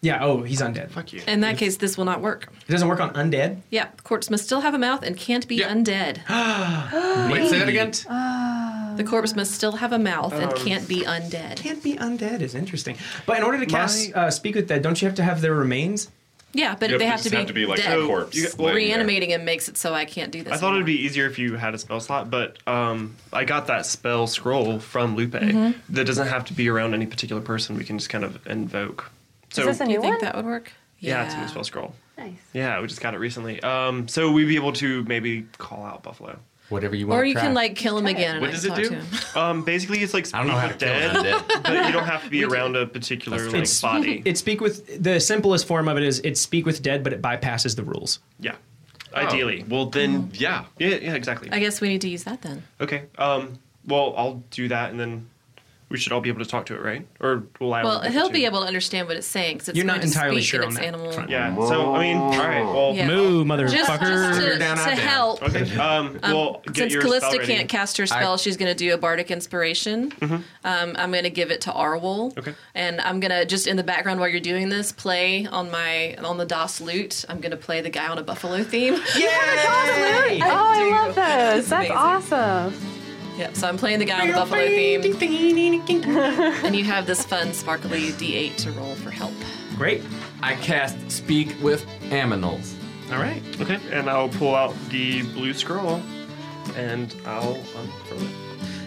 Speaker 2: Yeah. Oh, he's undead. Fuck you.
Speaker 4: In that case, this will not work.
Speaker 2: It doesn't work on undead.
Speaker 4: Yeah, the corpse must still have a mouth and can't be undead.
Speaker 2: Wait, say that again?
Speaker 4: The corpse must still have a mouth and
Speaker 2: Oh.
Speaker 4: can't be undead.
Speaker 2: Can't be undead is interesting. But in order to cast uh, speak with dead, don't you have to have their remains?
Speaker 4: Yeah, but
Speaker 2: Yep,
Speaker 4: they
Speaker 2: they
Speaker 4: have to
Speaker 2: just
Speaker 4: be
Speaker 2: have to be, like,
Speaker 4: dead.
Speaker 2: a corpse You- laying there.
Speaker 4: Reanimating him makes it so I can't do this.
Speaker 3: I thought
Speaker 4: anymore.
Speaker 3: it'd be easier if you had a spell slot, but um, I got that spell scroll from Lupe
Speaker 4: Mhm.
Speaker 3: that doesn't have to be around any particular person. We can just kind of invoke.
Speaker 4: you think that would work?
Speaker 3: Yeah, it's a new spell scroll.
Speaker 9: Nice.
Speaker 3: Yeah, we just got it recently. Um, so we'd be able to maybe call out Buffalo.
Speaker 5: Whatever you
Speaker 4: Or you can like kill him again.
Speaker 3: What
Speaker 4: and
Speaker 3: does
Speaker 4: I
Speaker 3: it
Speaker 4: can talk
Speaker 3: do?
Speaker 4: to him.
Speaker 3: Um, basically, it's like speak
Speaker 5: know how
Speaker 3: with
Speaker 5: to kill
Speaker 3: dead,
Speaker 5: an
Speaker 3: but you don't have to
Speaker 5: *laughs*
Speaker 3: be around a particular like,
Speaker 2: It's-
Speaker 3: body.
Speaker 2: *laughs* It speak with the simplest form of it is it speak with dead, but it bypasses the rules.
Speaker 3: Yeah,
Speaker 5: Oh.
Speaker 3: ideally.
Speaker 1: Well, then, yeah.
Speaker 3: Yeah, yeah, exactly.
Speaker 4: Mm-hmm. I guess we need to use that then.
Speaker 3: Okay. Um, well, I'll do that, and then we should all be able to talk to it, right? Or will I?
Speaker 4: well,
Speaker 3: be
Speaker 4: he'll
Speaker 3: to?
Speaker 4: be able to understand what it's saying because it's
Speaker 3: You're
Speaker 4: going
Speaker 3: not
Speaker 4: to
Speaker 3: entirely
Speaker 4: speak
Speaker 3: sure
Speaker 4: in
Speaker 3: on
Speaker 4: its
Speaker 3: that
Speaker 4: animal.
Speaker 3: front. Yeah. So I mean, all right. Well,
Speaker 4: Yeah. Moo,
Speaker 2: motherfucker.
Speaker 4: Just-
Speaker 2: *laughs*
Speaker 4: just to- Down, out, to down. help.
Speaker 3: *laughs* Okay. Um,
Speaker 4: Um,
Speaker 3: well, get
Speaker 4: since
Speaker 3: your
Speaker 4: Callista
Speaker 3: spell ready.
Speaker 4: can't cast her spell, she's going to do a bardic inspiration. Um, I'm going to give it to Arwol,
Speaker 3: Okay.
Speaker 4: and I'm going to just in the background while you're doing this, play on my on the Das lute. I'm going to play the guy on a buffalo theme.
Speaker 9: Oh, I love those. That's awesome.
Speaker 4: Yep, so I'm playing the guy on the buffalo theme, and you have this fun sparkly D8 to roll for help.
Speaker 2: Great.
Speaker 11: I cast Speak with Aminals.
Speaker 2: All right.
Speaker 3: Okay. And I'll pull out the blue scroll, and I'll unfurl it.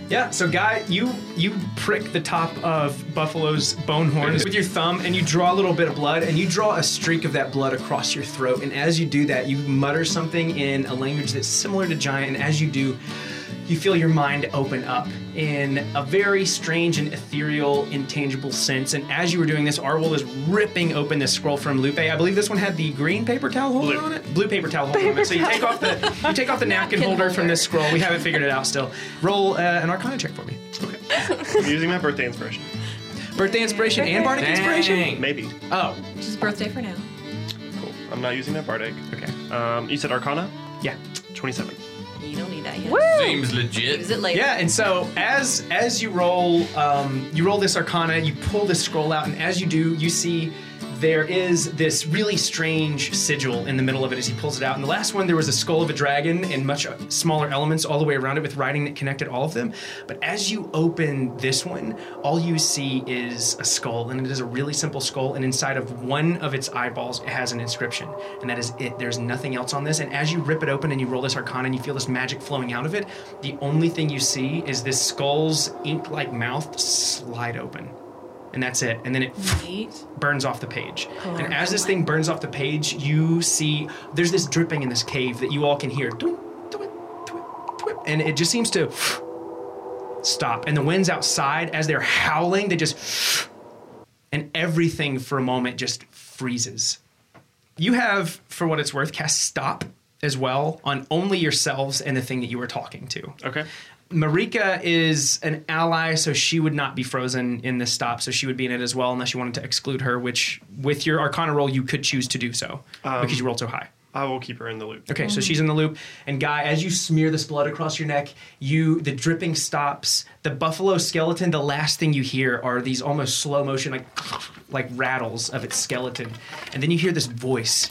Speaker 2: Yeah, so guy, you you prick the top of Buffalo's bone horns with your thumb, and you draw a little bit of blood, and you draw a streak of that blood across your throat. And as you do that, you mutter something in a language that's similar to giant. And as you do, you feel your mind open up in a very strange and ethereal, intangible sense. And as you were doing this, Arwol is ripping open this scroll from Lupe. I believe this one had the green paper towel holder on it, blue paper towel holder on it. So you take off the you take *laughs* off the napkin holder from this scroll. We haven't figured it out still. Roll uh, an Arcana check for me.
Speaker 3: I'm using my birthday inspiration.
Speaker 2: Birthday inspiration and bardic inspiration.
Speaker 3: Maybe.
Speaker 2: Oh,
Speaker 4: Just birthday for now.
Speaker 3: cool. I'm not using that bardic.
Speaker 2: Okay.
Speaker 3: Um, you said Arcana.
Speaker 2: Yeah.
Speaker 3: Twenty-seven.
Speaker 4: You don't need that yet.
Speaker 11: Seems legit.
Speaker 4: Use it later.
Speaker 2: Yeah, and so as as you roll, um, you roll this arcana, you pull this scroll out, and as you do, you see there is this really strange sigil in the middle of it as he pulls it out. And the last one, there was a skull of a dragon and much uh, smaller elements all the way around it with writing that connected all of them. But as you open this one, all you see is a skull, and it is a really simple skull. And inside of one of its eyeballs, it has an inscription, and that is it. There's nothing else on this. And as you rip it open and you roll this arcana and you feel this magic flowing out of it, the only thing you see is this skull's ink like mouth slide open. And that's it. And then it burns off the page.
Speaker 12: Oh.
Speaker 2: and as this thing burns off the page, you see there's this dripping in this cave that you all can hear. Dwip, dwip, dwip, dwip. And it just seems to stop. And the winds outside, as they're howling, they just. And everything for a moment just freezes. You have, for what it's worth, cast stop as well on only yourselves and the thing that you were talking to.
Speaker 3: Okay.
Speaker 2: Marika is an ally, so she would not be frozen in this stop, so she would be in it as well, unless you wanted to exclude her, which with your Arcana roll, you could choose to do so because you rolled so high.
Speaker 3: I will keep her in the loop. *laughs*
Speaker 2: Okay, so she's in the loop, and Guy, as you smear this blood across your neck, you the dripping stops. The buffalo skeleton, the last thing you hear are these almost slow motion like like rattles of its skeleton, and then you hear this voice,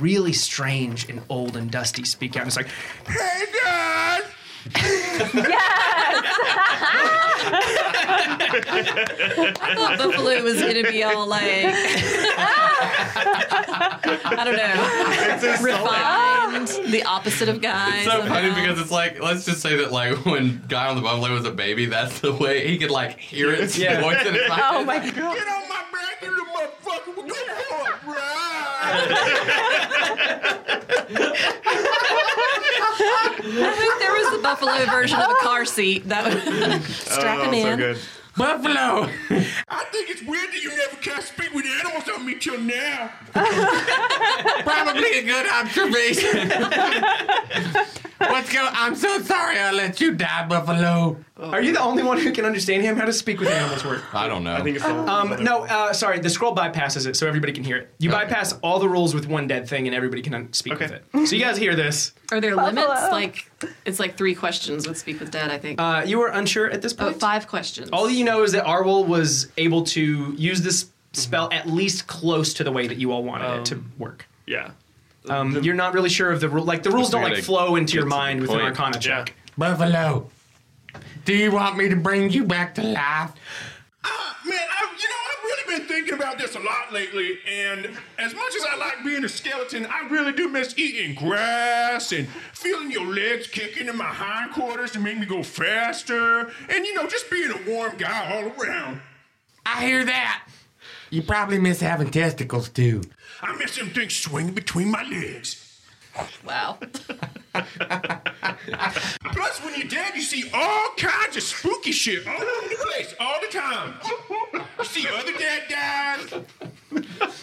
Speaker 2: really strange and old and dusty, speak out. And it's like,
Speaker 7: Hey, guys!
Speaker 4: I thought Buffalo was going to be all like, *laughs* I don't know, refined, the opposite of guys.
Speaker 11: It's so funny because it's like, let's just say that like *laughs* when Guy on the Buffalo was a baby, that's the way he could like hear
Speaker 5: *laughs*
Speaker 11: its *laughs*
Speaker 7: Yeah.
Speaker 11: voice
Speaker 4: *laughs*
Speaker 11: in his
Speaker 7: Oh
Speaker 11: my
Speaker 7: God. Get on my back, you little motherfucker. We're going for a
Speaker 4: I think there was the Buffalo version of a car seat. That would strap him in.
Speaker 11: Buffalo!
Speaker 7: I think it's weird that you never can speak with animals on me till now.
Speaker 5: Probably a good observation. What's going? I'm so sorry I let you die, Buffalo.
Speaker 2: Are you the only one who can understand him? How does speak with animals work?
Speaker 11: I don't know. I think
Speaker 3: it's
Speaker 2: Um, no, uh, sorry. The scroll bypasses it, so everybody can hear it. You bypass all the rules with one dead thing, and everybody can un- speak with it. So you guys hear this?
Speaker 4: Are there
Speaker 2: Buffalo.
Speaker 4: limits? Like, it's like three questions with Speak with Dad, I think.
Speaker 2: Uh, you were unsure at this point.
Speaker 4: Five questions.
Speaker 2: All you know is that Arwol was able to use this spell at least close to the way that you all wanted it to work.
Speaker 3: Yeah.
Speaker 2: Um, you're not really sure of the rule. Like the rules
Speaker 13: Just
Speaker 2: don't like
Speaker 13: gotta
Speaker 2: flow into
Speaker 13: get
Speaker 2: your
Speaker 13: to the
Speaker 2: mind with an
Speaker 13: point.
Speaker 2: Arcana check.
Speaker 5: Buffalo, do you want me to bring you back to life?
Speaker 8: Man, I, you know, I've really been thinking about this a lot lately, and as much as I like being a skeleton, I really do miss eating grass and feeling your legs kicking in my hindquarters to make me go faster, and you know, just being a warm guy all around.
Speaker 5: I hear that. You probably miss having testicles too.
Speaker 8: I miss them things swinging between my legs.
Speaker 4: Wow.
Speaker 8: Plus, when you're dead, you see all kinds of spooky shit all over the place, all the time. You see other dead guys.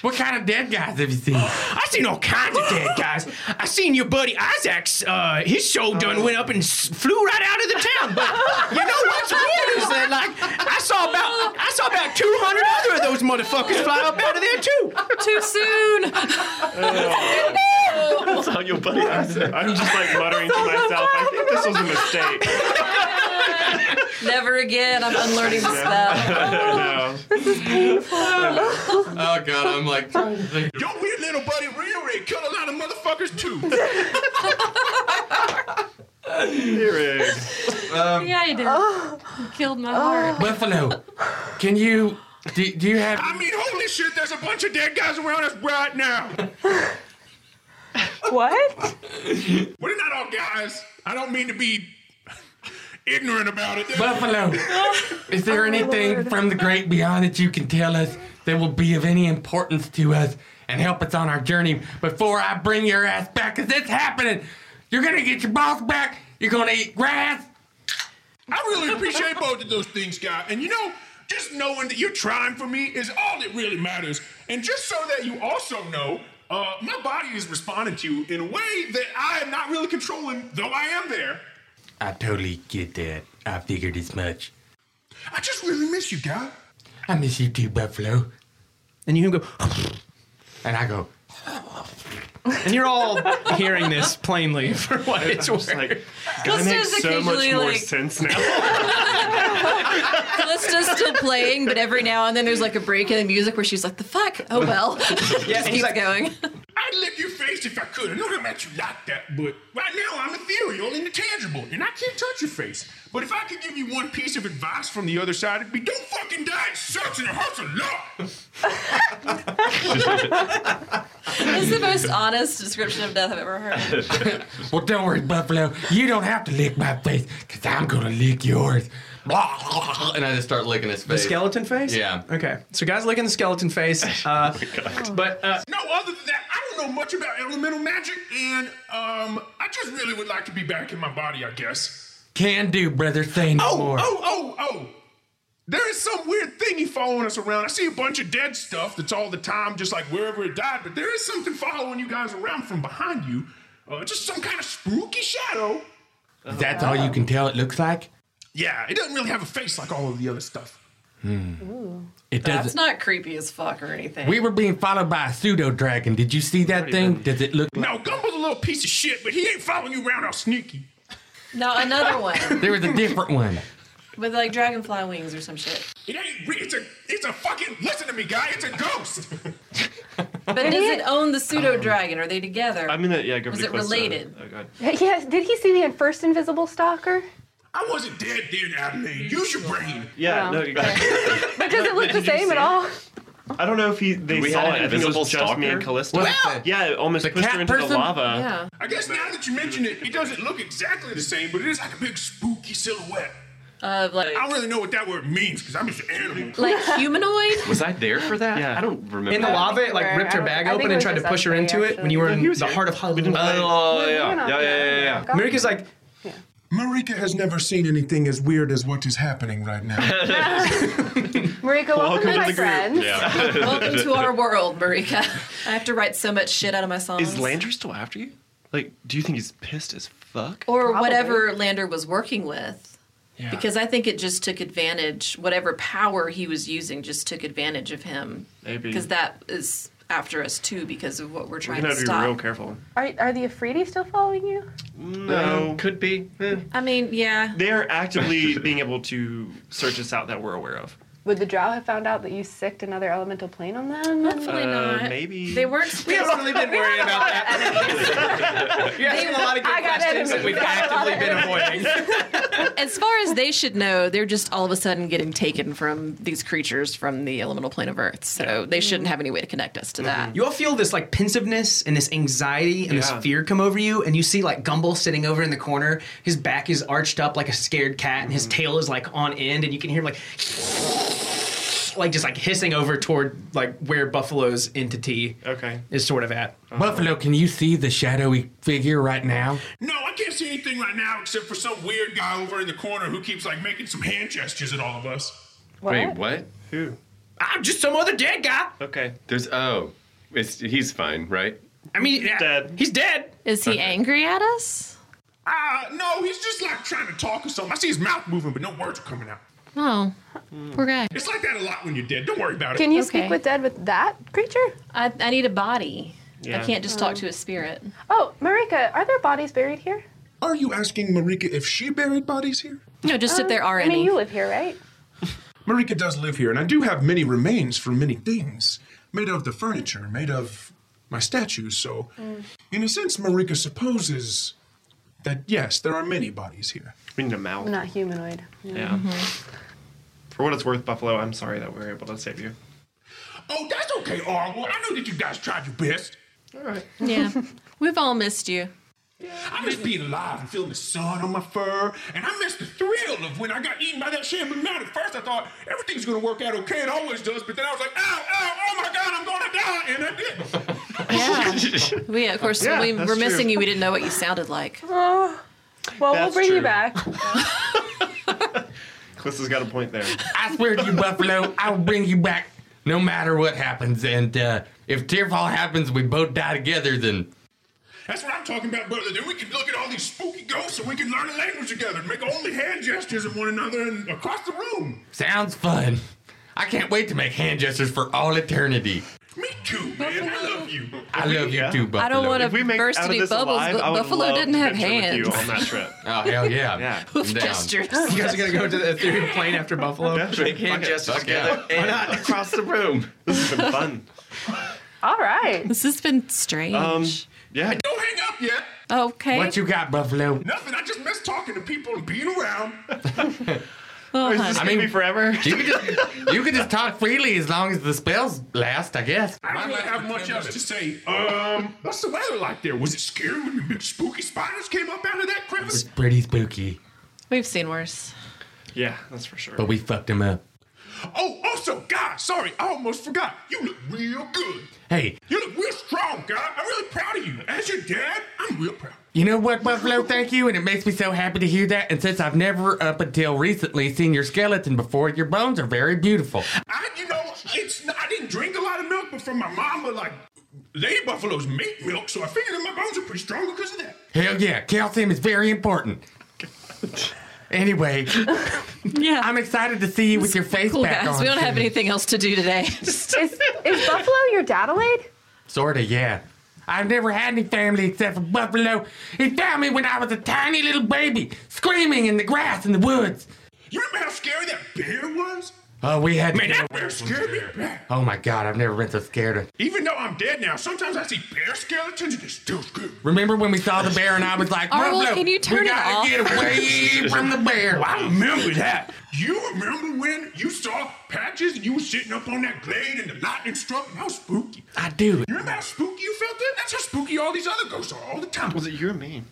Speaker 5: What kind of dead guys have you seen?
Speaker 2: I seen all kinds of dead guys. I seen your buddy Isaac's. Uh, his show done went up and s- flew right out of the town. But you know what's weird is that like I saw about I saw about two hundred other of those motherfuckers fly up out of there too.
Speaker 4: Too *laughs* soon.
Speaker 3: That's how your buddy acts. I'm just
Speaker 4: *laughs*
Speaker 3: like muttering
Speaker 4: Oh,
Speaker 3: to myself, I think this was a mistake.
Speaker 4: Never again. I'm unlearning the spell.
Speaker 13: oh god, I'm like trying to think.
Speaker 8: Yo, weird little buddy Rio Ray killed a lot of motherfuckers too.
Speaker 5: Um,
Speaker 4: yeah, you did. You killed my heart.
Speaker 5: Buffalo, can you? Do, do you have?
Speaker 8: I mean, holy shit, there's a bunch of dead guys around us right now.
Speaker 9: what?
Speaker 8: We're not all guys. I don't mean to be ignorant about it.
Speaker 5: Buffalo, is there anything from the great beyond that you can tell us that will be of any importance to us and help us on our journey before I bring your ass back? Because it's happening. You're going to get your boss back. You're going to eat grass.
Speaker 8: I really appreciate both of those things, guy. And you know, just knowing that you're trying for me is all that really matters. And just so that you also know, uh, my body is responding to you in a way that I am not really controlling, though I am there.
Speaker 5: I totally get that. I figured as much.
Speaker 8: I just really miss you, guy.
Speaker 5: I miss you too, Buffalo.
Speaker 2: And you go, *laughs*
Speaker 5: and I go,
Speaker 2: And you're all hearing this plainly *laughs* for what it's worth. Like,
Speaker 4: This makes is so much occasionally, more like-
Speaker 3: sense now.
Speaker 4: Callista's still playing, but every now and then there's like a break in the music where she's like, "The fuck? Oh *laughs* well."
Speaker 8: Yeah,
Speaker 4: Just
Speaker 8: and he's
Speaker 4: keeps
Speaker 8: like-
Speaker 4: going.
Speaker 8: I'd lick your face if I could. I know how much you like that, but right now I'm ethereal and intangible, and I can't touch your face. But if I could give you one piece of advice from the other side, it'd be don't fucking die. It sucks and it hurts a lot.
Speaker 4: It's the most honest description of death I've ever heard.
Speaker 5: well, don't worry, Buffalo. You don't have to lick my face because I'm going to lick yours. *laughs*
Speaker 13: And I just start licking his
Speaker 2: The
Speaker 13: face.
Speaker 2: skeleton face?
Speaker 13: Yeah.
Speaker 2: Okay. So guys licking the skeleton *laughs* face. Uh, But uh,
Speaker 8: no, other than that, I don't know much about elemental magic, and um, I just really would like to be back in my body, I guess.
Speaker 5: Can do, brother. Say no
Speaker 8: Oh,
Speaker 5: more.
Speaker 8: oh, oh, oh! There is some weird thingy following us around. I see a bunch of dead stuff that's all the time, just like wherever it died. But there is something following you guys around from behind you, uh, just some kind of spooky shadow.
Speaker 5: That's all you can tell it looks like?
Speaker 8: Yeah, it doesn't really have a face like all of the other stuff.
Speaker 5: Hmm.
Speaker 4: Ooh.
Speaker 5: It
Speaker 4: That's
Speaker 5: doesn't-
Speaker 4: not creepy as fuck or anything.
Speaker 5: We were being followed by a pseudo dragon. Did you see that thing? Does it look
Speaker 8: No, Gumbo's a little piece of shit, but he ain't following you around all sneaky.
Speaker 4: No, another one
Speaker 5: There was a different one.
Speaker 4: with like dragonfly wings or some shit.
Speaker 8: It ain't. re- It's a. It's a fucking. Listen to me, guy. It's a ghost.
Speaker 4: But does it own the pseudo dragon? Are they together?
Speaker 3: I'm gonna yeah go
Speaker 4: Was
Speaker 3: pretty
Speaker 4: it
Speaker 3: close to-
Speaker 4: related?
Speaker 3: oh god.
Speaker 9: Yeah, did he see the first invisible stalker?
Speaker 8: I wasn't dead then, Adelaide. Use your brain.
Speaker 3: Yeah,
Speaker 4: Um,
Speaker 3: no, exactly.
Speaker 9: But does it look the same at all?
Speaker 3: I don't know if he they
Speaker 1: we
Speaker 3: saw
Speaker 1: have
Speaker 3: it.
Speaker 1: an
Speaker 3: I think it
Speaker 1: invisible
Speaker 3: was just me and
Speaker 1: stalker?
Speaker 3: Callista.
Speaker 1: What is that?
Speaker 3: yeah, it almost
Speaker 1: The
Speaker 3: pushed
Speaker 1: cat
Speaker 3: her into
Speaker 1: person?
Speaker 3: the lava.
Speaker 8: Yeah. I guess now that you mention it, it doesn't look exactly the same, but it is like a big spooky silhouette.
Speaker 4: Of like,
Speaker 8: I don't really know what that word means because I'm just an animal.
Speaker 4: Like humanoid?
Speaker 1: *laughs* Was I there for that? Yeah. I don't remember.
Speaker 2: in the lava, it like ripped her bag open and tried to push her into it when you were in the heart of Hollywood.
Speaker 1: Oh, yeah. Yeah, yeah, yeah, yeah.
Speaker 2: Marika's like,
Speaker 14: Marika has never seen anything as weird as what is happening right now.
Speaker 9: Marika, welcome,
Speaker 14: Welcome
Speaker 9: to
Speaker 14: to
Speaker 9: my
Speaker 14: the group.
Speaker 9: friends.
Speaker 14: Yeah.
Speaker 4: Welcome to our world, Marika. I have to write so much shit out of my songs.
Speaker 3: Is Landry still after you? Like, do you think he's pissed as fuck?
Speaker 4: or whatever Lander was working with.
Speaker 3: Yeah.
Speaker 4: Because I think it just took advantage, whatever power he was using just took advantage of him.
Speaker 3: Maybe.
Speaker 4: Because that is after us too, because of what we're
Speaker 3: We're
Speaker 4: trying
Speaker 3: gonna
Speaker 4: to
Speaker 3: have to be
Speaker 4: stop.
Speaker 3: real careful.
Speaker 9: Are, are the Afridi still following you?
Speaker 3: No,
Speaker 2: "Mm,
Speaker 3: could be.
Speaker 4: I mean, yeah. Uh,
Speaker 3: They are actively being able to search us out that we're aware of.
Speaker 9: Would the drow have found out that you sicked another elemental plane on them?
Speaker 4: Hopefully
Speaker 3: Uh, not. maybe.
Speaker 4: They
Speaker 3: *laughs*
Speaker 4: weren't.
Speaker 2: We haven't really been worried about
Speaker 4: *laughs*
Speaker 2: that. You're asking a lot of
Speaker 4: I
Speaker 2: good
Speaker 4: got
Speaker 2: questions that
Speaker 4: enemies.
Speaker 2: we've
Speaker 4: I got a lot
Speaker 2: actively
Speaker 4: of
Speaker 2: been avoiding.
Speaker 4: as far as they should know, they're just all of a sudden getting taken from these creatures from the elemental plane of Earth. So they shouldn't have any way to connect us to that.
Speaker 3: Mm-hmm.
Speaker 2: You all feel this like pensiveness and this anxiety and this
Speaker 4: Yeah.
Speaker 2: fear come over you, and you see like Gumball sitting over in the corner. His back is arched up like a scared cat, and his tail is like on end, and you can hear him, like like just like hissing over toward like where Buffalo's entity okay. is sort of at.
Speaker 5: Buffalo, can you see the shadowy figure right now?
Speaker 8: *laughs* No, I can't see anything right now except for some weird guy over in the corner who keeps like making some hand gestures at all of us.
Speaker 1: what?
Speaker 3: Who?
Speaker 2: I'm just some other dead guy.
Speaker 3: Okay.
Speaker 1: There's oh, it's he's fine, right? *laughs*
Speaker 2: I mean, he's
Speaker 1: dead.
Speaker 2: He's dead.
Speaker 4: Is he angry at us?
Speaker 8: Ah, no, he's just like trying to talk or something. I see his mouth moving, but no words are coming out.
Speaker 15: Oh, poor guy.
Speaker 8: It's like that a lot when you're dead. Don't worry about it.
Speaker 9: Can you speak with dead with that creature?
Speaker 4: I, I need a body.
Speaker 8: Yeah.
Speaker 4: I can't just talk
Speaker 9: Oh.
Speaker 4: to a spirit.
Speaker 9: Oh, Marika, are there bodies buried here?
Speaker 16: Are you asking Marika if she buried bodies here?
Speaker 4: No, just if there are
Speaker 9: I mean,
Speaker 4: any.
Speaker 9: you live here, right?
Speaker 16: Marika does live here, and I do have many remains from many things made of the furniture, made of my statues. So, in a sense, Marika supposes that yes, there are many bodies here.
Speaker 3: We need a mouth.
Speaker 9: Not humanoid.
Speaker 3: Yeah.
Speaker 4: Mm-hmm.
Speaker 3: For what it's worth, Buffalo, I'm sorry that we were able to save you.
Speaker 8: Oh, that's okay, Arwell. I know that you guys tried your best.
Speaker 4: All right. Yeah. We've all missed you.
Speaker 8: I miss being alive and feeling the sun on my fur, and I miss the thrill of when I got eaten by that shambling man. At first, I thought everything's gonna work out okay, it always does, but then I was like, ow, ow, oh my god, I'm gonna die, and I did. *laughs*
Speaker 4: We, of course,
Speaker 8: Yeah,
Speaker 4: we
Speaker 8: that's
Speaker 4: were missing
Speaker 8: true.
Speaker 4: you. We didn't know what you sounded like.
Speaker 9: Oh, well, we'll
Speaker 3: That's
Speaker 9: bring you
Speaker 3: true.
Speaker 9: back.
Speaker 3: Clissa's got a
Speaker 4: *laughs*
Speaker 3: point there.
Speaker 5: I swear to you, Buffalo, I'll bring you back no matter what happens. And uh, if Tearfall happens, we both die together, then
Speaker 8: That's what I'm talking about, brother. Then we can look at all these spooky ghosts and we can learn a language together and make only hand gestures at one another and across the room.
Speaker 5: sounds fun. I can't wait to make hand gestures for all eternity.
Speaker 8: Me too, man. I love you.
Speaker 5: I love you too, Buffalo.
Speaker 4: I don't want to burst any bubbles, but Buffalo didn't have hands.
Speaker 3: *laughs* trip.
Speaker 5: oh, hell yeah.
Speaker 4: Hoof
Speaker 5: I'm down.
Speaker 4: gestures.
Speaker 2: You guys are gonna go to the Ethereum plane after Buffalo. Make hand gestures
Speaker 1: together
Speaker 2: and *laughs* across the room.
Speaker 3: This has been
Speaker 2: *laughs*
Speaker 3: fun.
Speaker 9: All right.
Speaker 4: *laughs* This has been strange.
Speaker 3: Um, yeah.
Speaker 8: Don't hang up yet.
Speaker 4: okay.
Speaker 5: What you got, Buffalo?
Speaker 8: Nothing. I just miss talking to people and being around.
Speaker 4: Oh,
Speaker 5: I mean,
Speaker 3: forever.
Speaker 5: You can just you can just talk freely as long as the spells last, I guess.
Speaker 8: I don't really have much else to say. Um, what's the weather like there? Was it scary when the big spooky spiders came up out of that crevice?
Speaker 5: Pretty spooky,
Speaker 4: We've seen worse.
Speaker 3: Yeah, that's for sure.
Speaker 5: but we fucked him up.
Speaker 8: Oh, also, God, sorry, I almost forgot. You look real good.
Speaker 5: Hey,
Speaker 8: You look real strong, God. I'm really proud of you. As your dad, I'm real proud.
Speaker 5: You know what, Buffalo? Thank you, and it makes me so happy to hear that. And since I've never, up until recently, seen your skeleton before, your bones are very beautiful.
Speaker 8: I, you know, it's not, I didn't drink a lot of milk, but from my mama, like, Lady Buffalo's make milk, so I figured that my bones are pretty strong because of that.
Speaker 5: Hell yeah, calcium is very important. Anyway,
Speaker 4: yeah,
Speaker 5: I'm excited to see you with your face
Speaker 4: Cool
Speaker 5: back
Speaker 4: guys.
Speaker 5: on.
Speaker 4: We don't have anything else to do today.
Speaker 9: Is, is Buffalo your dadalade?
Speaker 5: Sorta, yeah. I've never had any family except for Buffalo. He found me when I was a tiny little baby, screaming in the grass in the woods.
Speaker 8: You remember how scary that bear was?
Speaker 5: Oh, we had.
Speaker 8: Man, that bear scared me back.
Speaker 5: oh my God, I've never been so scared. Of-
Speaker 8: Even though I'm dead now, sometimes I see bear skeletons and they're still scary.
Speaker 5: Remember when we saw the bear and I was like,
Speaker 8: Arwell,
Speaker 5: Buffalo,
Speaker 8: can you turn
Speaker 5: we
Speaker 8: it
Speaker 5: gotta
Speaker 8: off?"
Speaker 5: get away from the bear.
Speaker 8: Oh, I remember that. You remember when you saw patches and you were sitting up on that glade and the lightning struck and how spooky.
Speaker 5: I do.
Speaker 8: You remember how spooky you felt then? That's how spooky all these other ghosts are all the time. Was
Speaker 3: it you or me?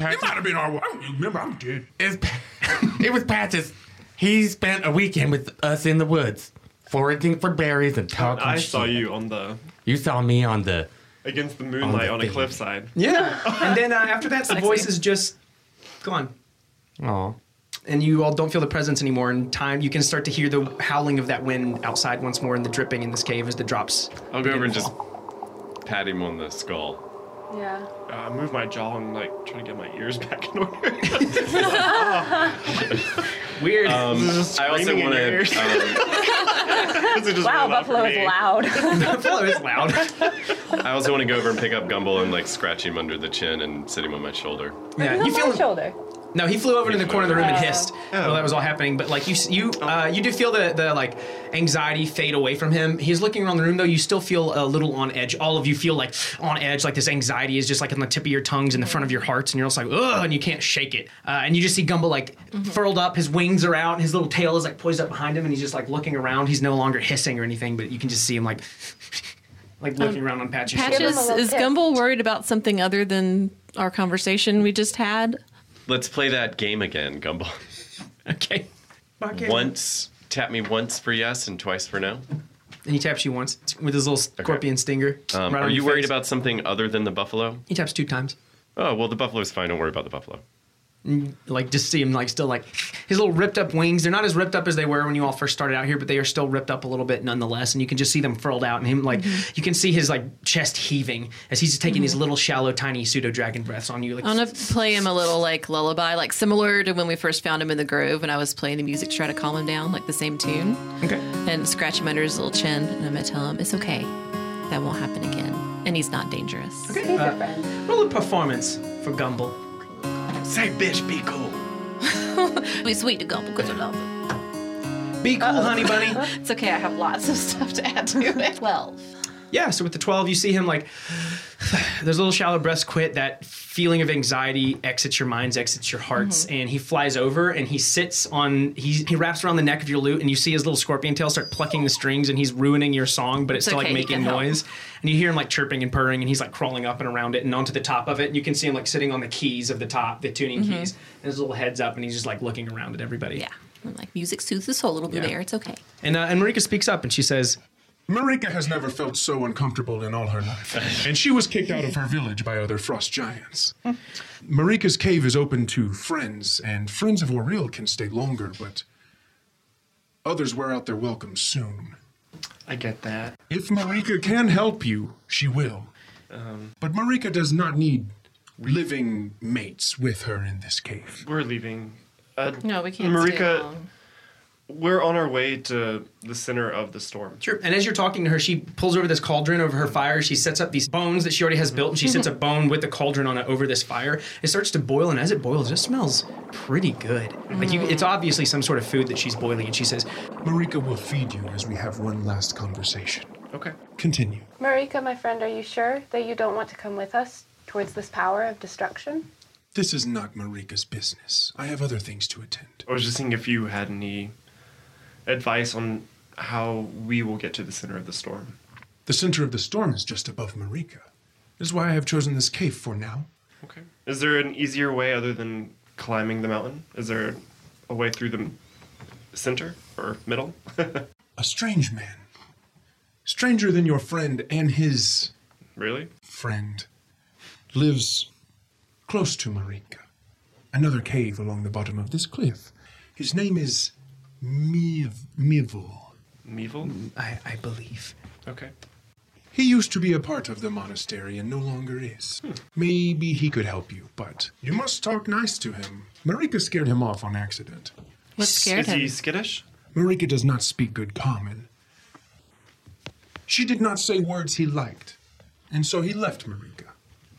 Speaker 8: It might have been our I don't remember, I'm dead.
Speaker 5: It's, *laughs* it was Patches. He spent a weekend with us in the woods, foraging for berries and talking.
Speaker 3: I saw
Speaker 5: shit.
Speaker 3: you on the
Speaker 5: You saw me on the.
Speaker 3: against the moonlight
Speaker 5: the
Speaker 3: on a
Speaker 5: thing.
Speaker 3: cliffside.
Speaker 2: Yeah. And then uh, after that, the voice is just gone.
Speaker 5: Aw.
Speaker 2: And you all don't feel the presence anymore. In time, you can start to hear the howling of that wind outside once more and the dripping in this cave as the drops.
Speaker 1: I'll go over and just pat him on the skull.
Speaker 9: Yeah.
Speaker 3: Uh, I moved my jaw and like trying to get my ears *laughs* back in order.
Speaker 2: *laughs* Weird.
Speaker 1: I also um,
Speaker 3: screaming in
Speaker 1: want
Speaker 2: *laughs*
Speaker 3: your ears.
Speaker 1: to.
Speaker 3: *laughs*
Speaker 9: wow, Buffalo
Speaker 2: *laughs*
Speaker 9: is loud.
Speaker 2: Buffalo is loud.
Speaker 1: I also want to go over and pick up Gumball and like scratch him under the chin and sit him on my shoulder.
Speaker 2: Yeah,
Speaker 9: He's
Speaker 2: you
Speaker 9: on
Speaker 2: feel
Speaker 9: my shoulder.
Speaker 2: No, he flew over to the corner of the room and
Speaker 1: Oh.
Speaker 2: hissed while that was all happening. But like you, s- you, uh, you do feel the the like anxiety fade away from him. He's looking around the room though. You still feel a little on edge. All of you feel like on edge. Like this anxiety is just like on the tip of your tongues, in the front of your hearts, and you're just like ugh, and you can't shake it. Uh, and you just see Gumbo like furled up, his wings are out, and his little tail is like poised up behind him, and he's just like looking around. He's no longer hissing or anything, but you can just see him like *laughs* like looking around on Patches.
Speaker 4: Patches, is Gumbel worried about something other than our conversation we just had?
Speaker 1: Let's play that game again, Gumball.
Speaker 2: *laughs* okay.
Speaker 1: Once, tap me once for yes and twice for no.
Speaker 2: And he taps you once with his little scorpion stinger.
Speaker 1: Um,
Speaker 2: right on
Speaker 1: are you
Speaker 2: your
Speaker 1: worried
Speaker 2: face.
Speaker 1: about something other than the buffalo?
Speaker 2: He taps two times.
Speaker 1: Oh, well, the buffalo's fine. Don't worry about the buffalo.
Speaker 2: And, like just see him like still like his little ripped up wings. They're not as ripped up as they were when you all first started out here, but they are still ripped up a little bit nonetheless. And you can just see them furled out, and him like you can see his like chest heaving as he's taking these
Speaker 4: Mhm.
Speaker 2: little shallow, tiny pseudo dragon breaths on you. Like
Speaker 4: I'm gonna play him a little like lullaby, like similar to when we first found him in the grove and I was playing the music to try to calm him down, like the same tune.
Speaker 2: Okay.
Speaker 4: And scratch him under his little chin, and I'm gonna tell him it's okay, that won't happen again, and he's not dangerous.
Speaker 2: Okay. Uh, roll a performance for Gumble.
Speaker 4: Say, bitch, be cool. be sweet to Gumble because I love him.
Speaker 2: Be cool, honey bunny.
Speaker 4: it's okay. I have lots of stuff to *laughs* add to it. Twelve.
Speaker 2: Yeah, so with the 12, you see him like, *sighs* those little shallow breaths quit. That feeling of anxiety exits your minds, exits your hearts,
Speaker 10: Mm-hmm.
Speaker 2: and he flies over and he sits on, he, he wraps around the neck of your lute, and you see his little scorpion tail start plucking the strings, and he's ruining your song, but it's,
Speaker 10: It's
Speaker 2: still
Speaker 10: okay,
Speaker 2: like
Speaker 10: he
Speaker 2: making
Speaker 10: can help.
Speaker 2: noise. And you hear him like chirping and purring, and he's like crawling up and around it and onto the top of it. And you can see him like sitting on the keys of the top, the tuning
Speaker 10: Mm-hmm.
Speaker 4: Mhm.
Speaker 2: keys, and his little head's up, and he's just like looking around at everybody. Yeah.
Speaker 4: I'm like, music soothes the soul. It'll be
Speaker 2: Yeah.
Speaker 4: there. It's okay.
Speaker 2: And, uh, and Marika speaks up and she says,
Speaker 8: Marika has never felt so uncomfortable in all her life, and she was kicked out of her village by other frost giants. Marika's cave is open to friends, and friends of Oril can stay longer, but others wear out their welcome soon.
Speaker 3: I get that.
Speaker 8: If Marika can help you, she will. but Marika does not need living mates with her in this cave.
Speaker 3: We're leaving. Uh,
Speaker 4: No, we can't stay
Speaker 3: Marika, we're on our way to the center of the storm.
Speaker 2: Sure. And as you're talking to her, she pulls over this cauldron over her fire. She sets up these bones that she already has built, and she sets a bone with the cauldron on it over this fire. It starts to boil, and as it boils, it smells pretty good. Like you, it's obviously some sort of food that she's boiling. And she says,
Speaker 8: "Marika will feed you as we have one last conversation."
Speaker 2: Okay.
Speaker 8: Continue.
Speaker 9: Marika, my friend, are you sure that you don't want to come with us towards this power of destruction?
Speaker 8: This is not Marika's business. I have other things to attend.
Speaker 3: I was just seeing if you had any advice on how we will get to the center of the storm.
Speaker 8: The center of the storm is just above Marika. This is why I have chosen this cave for now.
Speaker 3: Okay. Is there an easier way other than climbing the mountain? Is there a way through the m- center or middle? *laughs*
Speaker 8: A strange man. Stranger than your friend and his
Speaker 3: really?
Speaker 8: friend. Lives close to Marika. Another cave along the bottom of this cliff. His name is Miv- Mivul.
Speaker 3: Mivul?
Speaker 2: I, I believe.
Speaker 3: Okay.
Speaker 8: He used to be a part of the monastery and no longer is. Maybe he could help you, but you must talk nice to him. Marika scared him off on accident.
Speaker 4: What scared
Speaker 8: Is he
Speaker 4: him?
Speaker 3: skittish?
Speaker 8: Marika does not speak good common. She did not say words he liked, and so he left Marika.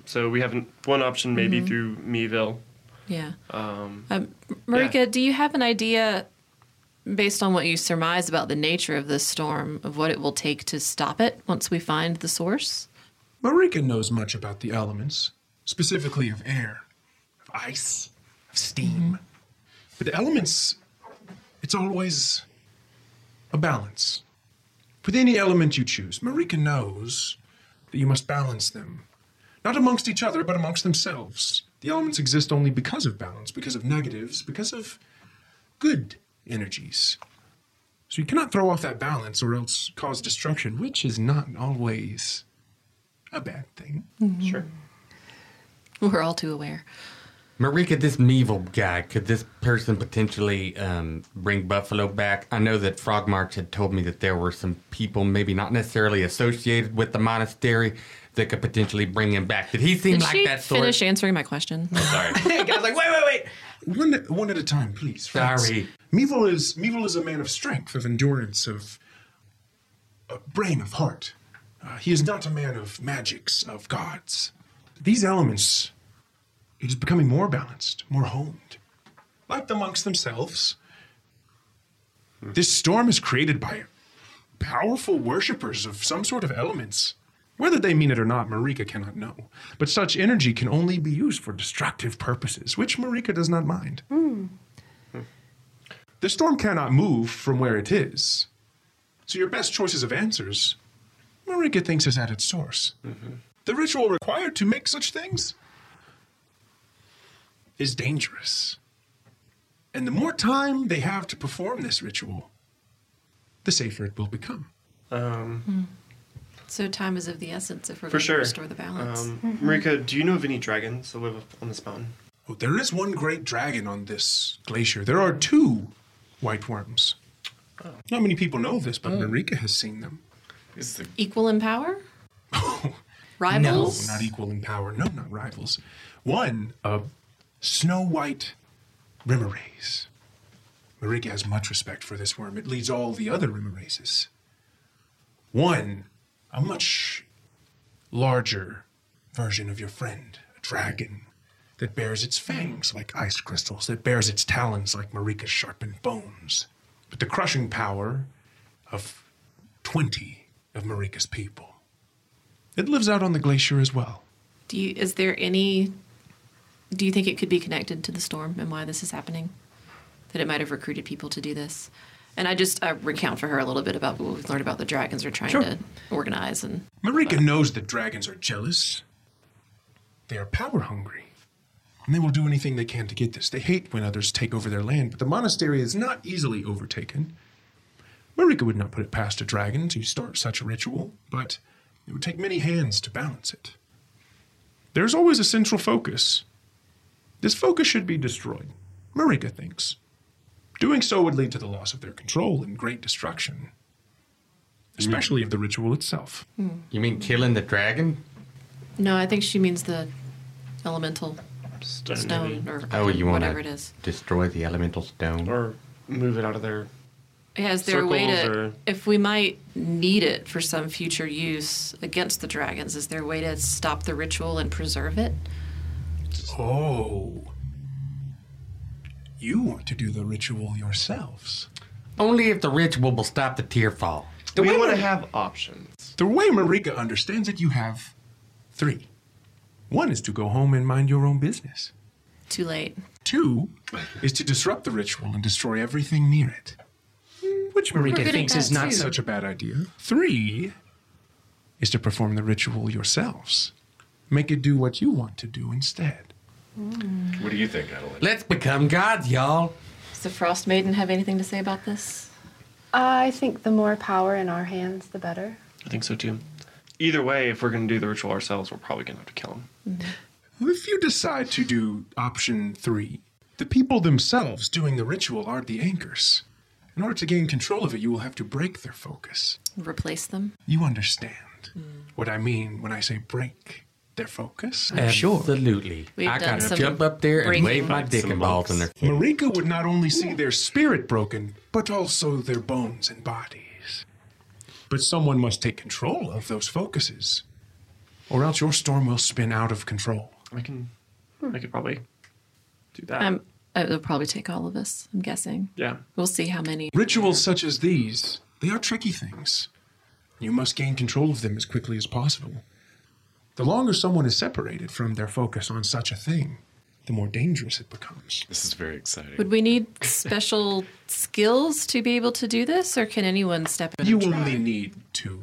Speaker 3: So we have an, one option maybe
Speaker 4: Mhm.
Speaker 3: through Meville.
Speaker 4: Yeah.
Speaker 3: Um,
Speaker 4: Um, Marika, do you have an idea, based on what you surmise about the nature of this storm, of what it will take to stop it once we find the source?
Speaker 8: Marika knows much about the elements, specifically of air, of ice, of steam. But the elements, it's always a balance. With any element you choose, Marika knows that you must balance them. Not amongst each other, but amongst themselves. The elements exist only because of balance, because of negatives, because of good energies. So you cannot throw off that balance or else cause destruction, which is not always a bad thing.
Speaker 3: Sure.
Speaker 4: We're all too aware.
Speaker 5: Marika, this Meevil guy, could this person potentially um, bring Buffalo back? I know that Frog March had told me that there were some people, maybe not necessarily associated with the monastery, that could potentially bring him back. Did he seem
Speaker 4: Did
Speaker 5: like
Speaker 4: she
Speaker 5: that sort?
Speaker 4: finish answering my question?
Speaker 5: Sorry.
Speaker 2: I was like, wait, wait, wait.
Speaker 8: One, one at a time, please. friends.
Speaker 5: Sorry.
Speaker 8: Meevil is Meevil is a man of strength, of endurance, of a brain, of heart. Uh, he is not a man of magics, of gods. These elements, it is becoming more balanced, more honed. like amongst themselves. This storm is created by powerful worshippers of some sort of elements. Whether they mean it or not, Marika cannot know. But such energy can only be used for destructive purposes, which Marika does not mind. The storm cannot move from where it is. So your best choices of answers, Marika thinks is at its source. The ritual required to make such things is dangerous. And the more time they have to perform this ritual, the safer it will become.
Speaker 3: Um,
Speaker 4: So time is of the essence if we're
Speaker 3: for
Speaker 4: going
Speaker 3: sure.
Speaker 4: to restore the balance.
Speaker 3: Um, Marika, do you know of any dragons that live up on this mountain?
Speaker 8: Oh, there is one great dragon on this glacier. There are two white worms. Not many people know this, but Marika has seen them.
Speaker 4: Equal in power? Rivals?
Speaker 8: No, not equal in power. No, not rivals. One of Snow White Rimmerrays. Marika has much respect for this worm. It leads all the other Rimmerraces. One, a much larger version of your friend, a dragon that bears its fangs like ice crystals, that bears its talons like Marika's sharpened bones. But the crushing power of 20 of Marika's people. It lives out on the glacier as well.
Speaker 4: Do you is there any do you think it could be connected to the storm and why this is happening? That it might have recruited people to do this? And I just I recount for her a little bit about what we've learned about the dragons are trying
Speaker 8: Sure.
Speaker 4: to organize and
Speaker 8: Marika knows that dragons are jealous. They are power hungry. And they will do anything they can to get this. They hate when others take over their land, but the monastery is not easily overtaken. Marika would not put it past a dragon to start such a ritual, but it would take many hands to balance it. There's always a central focus. This focus should be destroyed, Marika thinks. Doing so would lead to the loss of their control and great destruction, especially of the ritual itself.
Speaker 5: You mean killing the dragon?
Speaker 4: No, I think she means the elemental stone, or
Speaker 5: Oh, you want
Speaker 4: whatever it
Speaker 5: to
Speaker 4: is.
Speaker 5: destroy the elemental stone?
Speaker 3: Or move it out of there?
Speaker 4: Yeah, is there a way
Speaker 5: circles
Speaker 4: to,
Speaker 5: or-
Speaker 4: if we might need it for some future use against the dragons, is there a way to stop the ritual and preserve it?
Speaker 8: Oh. You want to do the ritual yourselves.
Speaker 5: Only if the ritual will stop the tearfall.
Speaker 8: The we want
Speaker 3: to have options.
Speaker 8: The way Marika understands it, you have three. One is to go home and mind your own business.
Speaker 4: Too late.
Speaker 8: Two is to disrupt the ritual and destroy everything near it, which
Speaker 2: We're good
Speaker 8: Marika
Speaker 2: at
Speaker 8: thinks is
Speaker 2: that,
Speaker 8: not
Speaker 2: too.
Speaker 8: such a bad idea. Three is to perform the ritual yourselves. Make it do what you want to do instead.
Speaker 10: What do you think, Adeline?
Speaker 5: Let's become gods, y'all.
Speaker 4: Does the Frost Maiden have anything to say about this?
Speaker 9: I think the more power in our hands, the better.
Speaker 3: I think so too. Either way, if we're going to do the ritual ourselves, we're probably going to have to kill him.
Speaker 8: If you decide to do option three, the people themselves doing the ritual are the anchors. In order to gain control of it, you will have to break their focus.
Speaker 4: Replace them?
Speaker 8: You understand what I mean when I say break their focus?
Speaker 5: Absolutely.
Speaker 4: We've
Speaker 5: I
Speaker 4: done
Speaker 5: gotta
Speaker 4: some
Speaker 5: jump up there and
Speaker 4: breaking.
Speaker 5: wave my dick and balls in their face.
Speaker 8: Marika would not only see their spirit broken, but also their bones and bodies. But someone must take control of those focuses, or else your storm will spin out of control.
Speaker 3: I can. I could probably do that.
Speaker 4: Um, it'll probably take all of us, I'm guessing.
Speaker 8: Yeah.
Speaker 4: We'll see how many.
Speaker 8: Rituals such as these, they are tricky things. You must gain control of them as quickly as possible. The longer someone is separated from their focus on such a thing, the more dangerous it becomes.
Speaker 1: This is very exciting.
Speaker 4: Would we need special skills to be able to do this, or can anyone step in?
Speaker 8: You only need to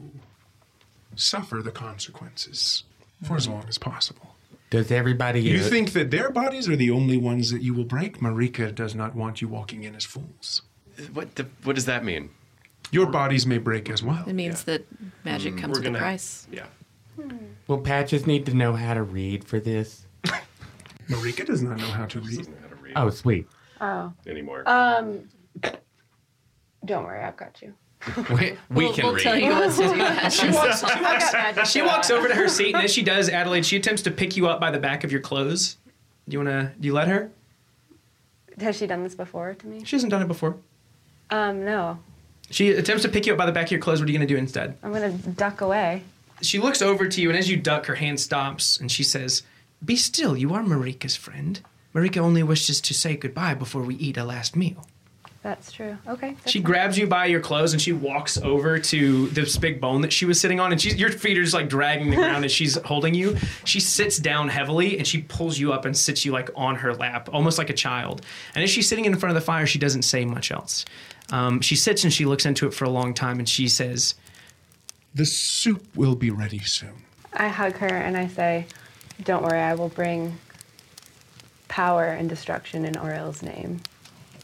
Speaker 8: suffer the consequences for as long as possible.
Speaker 5: Does everybody
Speaker 8: You
Speaker 5: uh,
Speaker 8: think that their bodies are the only ones that you will break? Marika does not want you walking in as fools.
Speaker 1: What the, What does that mean?
Speaker 8: Your bodies may break as well.
Speaker 4: It means that magic comes with a price.
Speaker 3: Yeah.
Speaker 5: will patches need to know how to read for this?
Speaker 8: Marika does not know how to read.
Speaker 5: Oh, sweet.
Speaker 9: Oh.
Speaker 1: Anymore.
Speaker 9: Um. Don't worry, I've got
Speaker 2: *laughs*
Speaker 9: you.
Speaker 11: We,
Speaker 2: we We'll- can we'll read. tell you what to do.
Speaker 9: she walks.
Speaker 2: She walks, she walks over to her seat, and as she does, Adelaide, she attempts to pick you up by the back of your clothes. Do you wanna? Do you let her?
Speaker 9: Has she done this before to me?
Speaker 2: She hasn't done it before.
Speaker 9: Um. No.
Speaker 2: She attempts to pick you up by the back of your clothes. What are you gonna do instead?
Speaker 9: I'm gonna duck away.
Speaker 2: She looks over to you, and as you duck, her hand stops, and she says, "Be still. You are Marika's friend. Marika only wishes to say goodbye before we eat a last meal.
Speaker 9: That's true. Okay. that's
Speaker 2: She grabs you by your clothes and she walks over to this big bone that she was sitting on, and she's your feet are just like dragging the ground as she's holding you. She sits down heavily and she pulls you up and sits you like on her lap, almost like a child. And as she's sitting in front of the fire, she doesn't say much else. Um, she sits and she looks into it for a long time, and she says,
Speaker 8: "The soup will be ready soon."
Speaker 9: I hug her and I say, "Don't worry, I will bring power and destruction in Orel's name."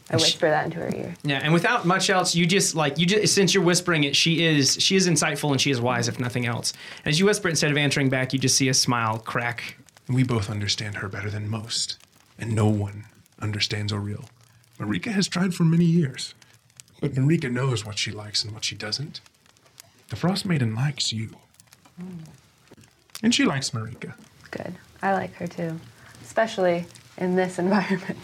Speaker 9: I whisper that into her ear.
Speaker 2: Yeah, and without much else, you just like you just since you're whispering it, she is she is insightful and she is wise if nothing else. And as you whisper, it, instead of answering back, you just see a smile crack.
Speaker 8: We both understand her better than most, and no one understands Oriel. Marika has tried for many years, but Marika knows what she likes and what she doesn't. The Frost Maiden likes you, and she likes Marika.
Speaker 9: Good. I like her too, especially in this *laughs* environment.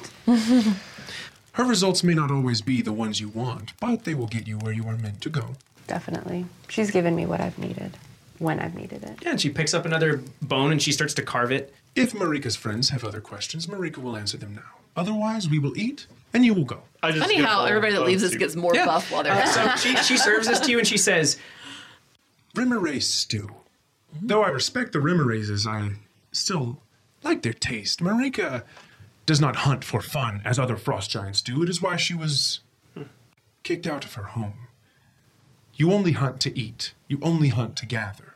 Speaker 8: Her results may not always be the ones you want, but they will get you where you are meant to go.
Speaker 9: Definitely. She's given me what I've needed when I've needed it.
Speaker 2: Yeah, and she picks up another bone and she starts to carve it.
Speaker 8: If Marika's friends have other questions, Marika will answer them now. Otherwise, we will eat and you will go.
Speaker 3: I
Speaker 4: Funny how everybody that leaves us gets more buff while they're
Speaker 2: Uh,
Speaker 9: *laughs*
Speaker 2: so she, she serves this to you and she says,
Speaker 8: Rimmer Race stew. Though I respect the Rimmer Races, I still like their taste. Marika does not hunt for fun as other frost giants do. It is why she was kicked out of her home. You only hunt to eat, you only hunt to gather.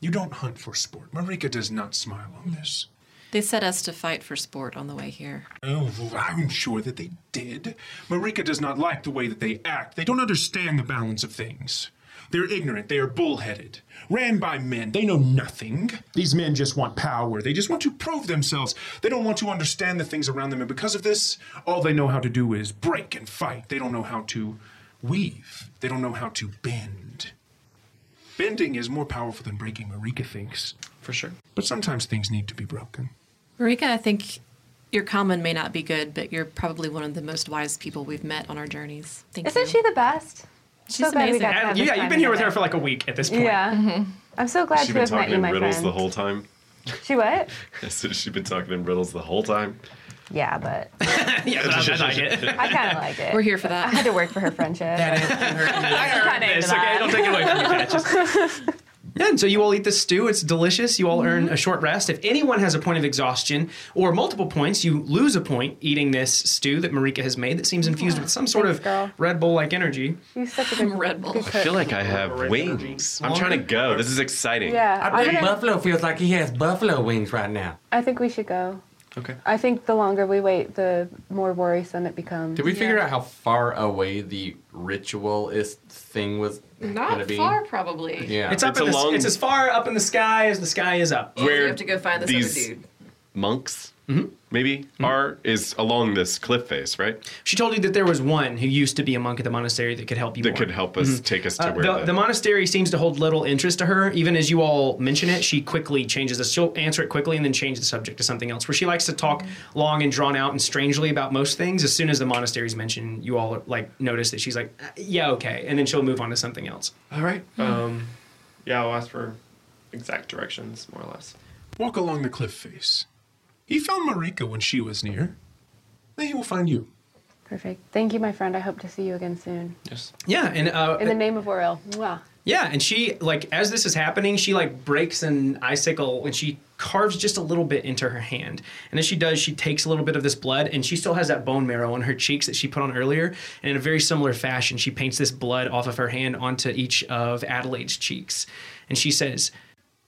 Speaker 8: You don't hunt for sport. Marika does not smile on this.
Speaker 4: *laughs* They set us to fight for sport on the way here.
Speaker 8: Oh, I'm sure that they did. Marika does not like the way that they act. They don't understand the balance of things. They're ignorant. They are bullheaded. Ran by men. They know nothing. These men just want power. They just want to prove themselves. They don't want to understand the things around them. And because of this, all they know how to do is break and fight. They don't know how to weave. They don't know how to bend. Bending is more powerful than breaking, Marika thinks.
Speaker 2: For sure.
Speaker 8: But sometimes things need to be broken.
Speaker 4: Marika, I think your comment may not be good, but you're probably one of the most wise people we've met on our journeys. Thank
Speaker 9: Isn't
Speaker 4: you.
Speaker 9: she the best?
Speaker 4: She's
Speaker 9: so glad we
Speaker 4: amazing.
Speaker 9: got to
Speaker 4: I-
Speaker 9: have
Speaker 2: "Yeah,
Speaker 9: this
Speaker 2: you've
Speaker 9: time
Speaker 2: been here with her
Speaker 9: together.
Speaker 2: for like a week at this point."
Speaker 9: Yeah. I'm so glad
Speaker 1: she
Speaker 9: to
Speaker 1: been
Speaker 9: have met
Speaker 1: talking
Speaker 9: you,
Speaker 1: in
Speaker 9: my
Speaker 1: riddles
Speaker 9: friend.
Speaker 1: the whole time.
Speaker 9: she what?
Speaker 1: *laughs* So she's been talking in riddles the whole time.
Speaker 9: Yeah, but
Speaker 2: yeah, I like it.
Speaker 9: I kind of like it.
Speaker 4: We're here for that.
Speaker 9: I had to work for her friendship. that is. *laughs*
Speaker 2: I
Speaker 9: kinda
Speaker 2: earned this.
Speaker 9: into
Speaker 2: Okay, *laughs*
Speaker 9: that.
Speaker 2: don't take it away from me, Patches. *laughs* Yeah, and so you all eat the stew. It's delicious. You all earn a short rest. If anyone has a point of exhaustion or multiple points, you lose a point eating this stew that Marika has made that seems infused with some sort of Red Bull like energy.
Speaker 9: You're such a good Red
Speaker 1: *laughs*
Speaker 9: Bull.
Speaker 1: I feel like I have wings. I'm trying to go. This is exciting.
Speaker 9: Yeah, I
Speaker 5: I bet
Speaker 9: wouldn't-
Speaker 5: Buffalo feels like he has buffalo wings right now.
Speaker 9: I think we should go.
Speaker 5: Okay.
Speaker 9: I think the longer we wait, the more worrisome it becomes.
Speaker 11: Did we figure out how far away the ritualist thing was going to
Speaker 4: Not
Speaker 11: be?
Speaker 4: far, probably.
Speaker 11: Yeah.
Speaker 2: It's up
Speaker 11: It's
Speaker 2: in
Speaker 11: a
Speaker 2: the,
Speaker 11: long-
Speaker 2: It's as far up in the sky as the sky is up.
Speaker 4: Where we have to go find this
Speaker 1: these-
Speaker 4: other dude.
Speaker 1: Monks,
Speaker 2: Mm-hmm.
Speaker 1: maybe, are is along this cliff face, right?
Speaker 2: She told you that there was one who used to be a monk at the monastery that could help you.
Speaker 1: That
Speaker 2: more.
Speaker 1: could help us
Speaker 2: Mhm.
Speaker 1: take us to
Speaker 2: Uh,
Speaker 1: where
Speaker 2: the, the monastery seems to hold little interest to her. Even as you all mention it, she quickly changes this. She'll answer it quickly and then change the subject to something else. Where she likes to talk long and drawn out and strangely about most things. As soon as the monastery's mentioned, you all like notice that she's like, "Uh, yeah, okay, and then she'll move on to something else.
Speaker 3: All right.
Speaker 2: Hmm.
Speaker 3: Um, yeah, I'll ask for exact directions, more or less.
Speaker 8: Walk along the cliff face. He found Marika when she was near. Now he will find you.
Speaker 9: Perfect. Thank you, my friend. I hope to see you again soon.
Speaker 2: Yes. Yeah, and uh,
Speaker 9: In the name of Orel. Mwah.
Speaker 2: Yeah, and she like as this is happening, she like breaks an icicle and she carves just a little bit into her hand. And as she does, she takes a little bit of this blood and she still has that bone marrow on her cheeks that she put on earlier. And in a very similar fashion, she paints this blood off of her hand onto each of Adelaide's cheeks. And she says,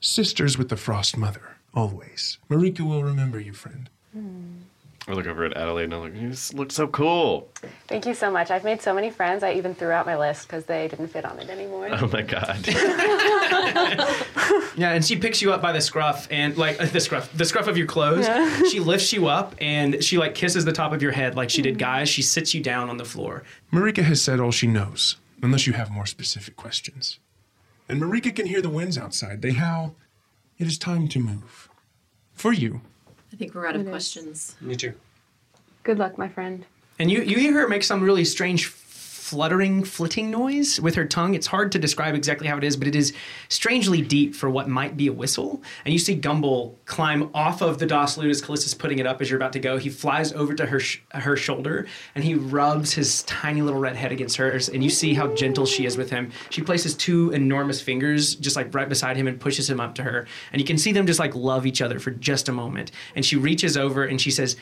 Speaker 8: Sisters with the Frost Mother, always. Marika will remember you, friend.
Speaker 1: I look over at Adelaide and I'm like, this looks so cool. *laughs*
Speaker 9: Thank you so much. I've made so many friends. I even threw out my list because they didn't fit on it anymore.
Speaker 4: Uh-huh.
Speaker 1: Oh my
Speaker 4: *laughs*
Speaker 1: god.
Speaker 2: Yeah, and she picks you up by the scruff and like *laughs* the scruff, the scruff of your clothes.
Speaker 9: Yeah.
Speaker 2: *laughs* she lifts you up and she like kisses the top of your head like she did guys. She sits you down on the floor.
Speaker 8: Marika has said all she knows, unless you have more specific questions. And Marika can hear the winds outside. They howl. It is time to move. For you.
Speaker 4: I think we're out of questions.
Speaker 2: Me too.
Speaker 9: Good luck, my friend.
Speaker 2: And you, you hear her make some really strange fluttering, flitting noise with her tongue. It's hard to describe exactly how it is, but it is strangely deep for what might be a whistle. And you see Gumbel climb off of the Das Lute as Callista's putting it up as you're about to go. He flies over to her sh- her shoulder and he rubs his tiny little red head against hers. And you see how gentle she is with him. She places two enormous fingers just like right beside him and pushes him up to her. And you can see them just like love each other for just a moment. And she reaches over and she says,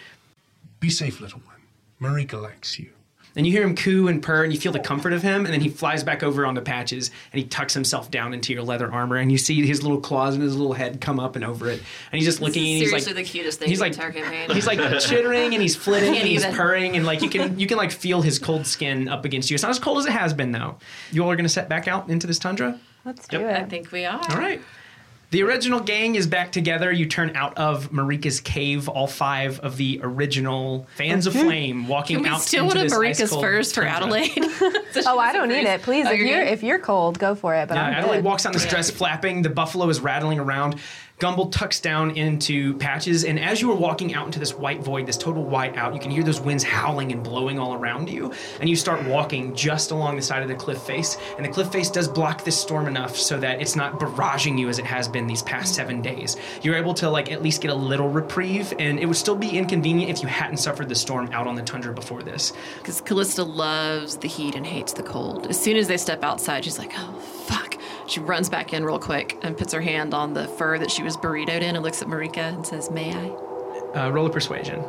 Speaker 8: Be safe, little one. Marika likes you.
Speaker 2: and you hear him coo and purr, and you feel the comfort of him. And then he flies back over on the patches, and he tucks himself down into your leather armor. And you see his little claws and his little head come up and over it. And he's just looking, and he's like,
Speaker 4: Seriously, the cutest thing
Speaker 2: he's
Speaker 4: in
Speaker 2: like-
Speaker 4: the entire campaign.
Speaker 2: he's like
Speaker 4: *laughs*
Speaker 2: chittering, and he's flitting,
Speaker 4: Can't
Speaker 2: and he's
Speaker 4: even.
Speaker 2: purring, and like you can you can like feel his cold skin up against you. It's not as cold as it has been though. You all are gonna set back out into this tundra.
Speaker 9: Let's
Speaker 2: Yep.
Speaker 9: do it.
Speaker 4: I think we are.
Speaker 2: All right. The original gang is back together. You turn out of Marika's cave, all five of the original fans
Speaker 4: Okay.
Speaker 2: of flame walking
Speaker 4: Can we
Speaker 2: out
Speaker 4: steal
Speaker 2: into
Speaker 4: one of
Speaker 2: this
Speaker 4: Marika's
Speaker 2: ice-cold
Speaker 4: furs for
Speaker 2: tundra.
Speaker 4: Adelaide?
Speaker 2: *laughs*
Speaker 9: oh, I don't need it, please.
Speaker 4: Oh,
Speaker 9: if
Speaker 4: you're
Speaker 9: you're
Speaker 4: good.
Speaker 9: if you're cold, go for it. But
Speaker 2: Yeah,
Speaker 9: I'm
Speaker 2: Adelaide
Speaker 9: good.
Speaker 2: walks out in this dress flapping. The buffalo is rattling around. Gumbel tucks down into patches, and as you are walking out into this white void, this total white out, you can hear those winds howling and blowing all around you. And you start walking just along the side of the cliff face, and the cliff face does block this storm enough so that it's not barraging you as it has been these past seven days. You're able to like at least get a little reprieve, and it would still be inconvenient if you hadn't suffered the storm out on the tundra before this.
Speaker 4: Because Callista loves the heat and hates the cold. As soon as they step outside, she's like, oh, fuck. She runs back in real quick and puts her hand on the fur that she was burritoed in and looks at Marika and says, may I?
Speaker 2: Uh, roll a persuasion.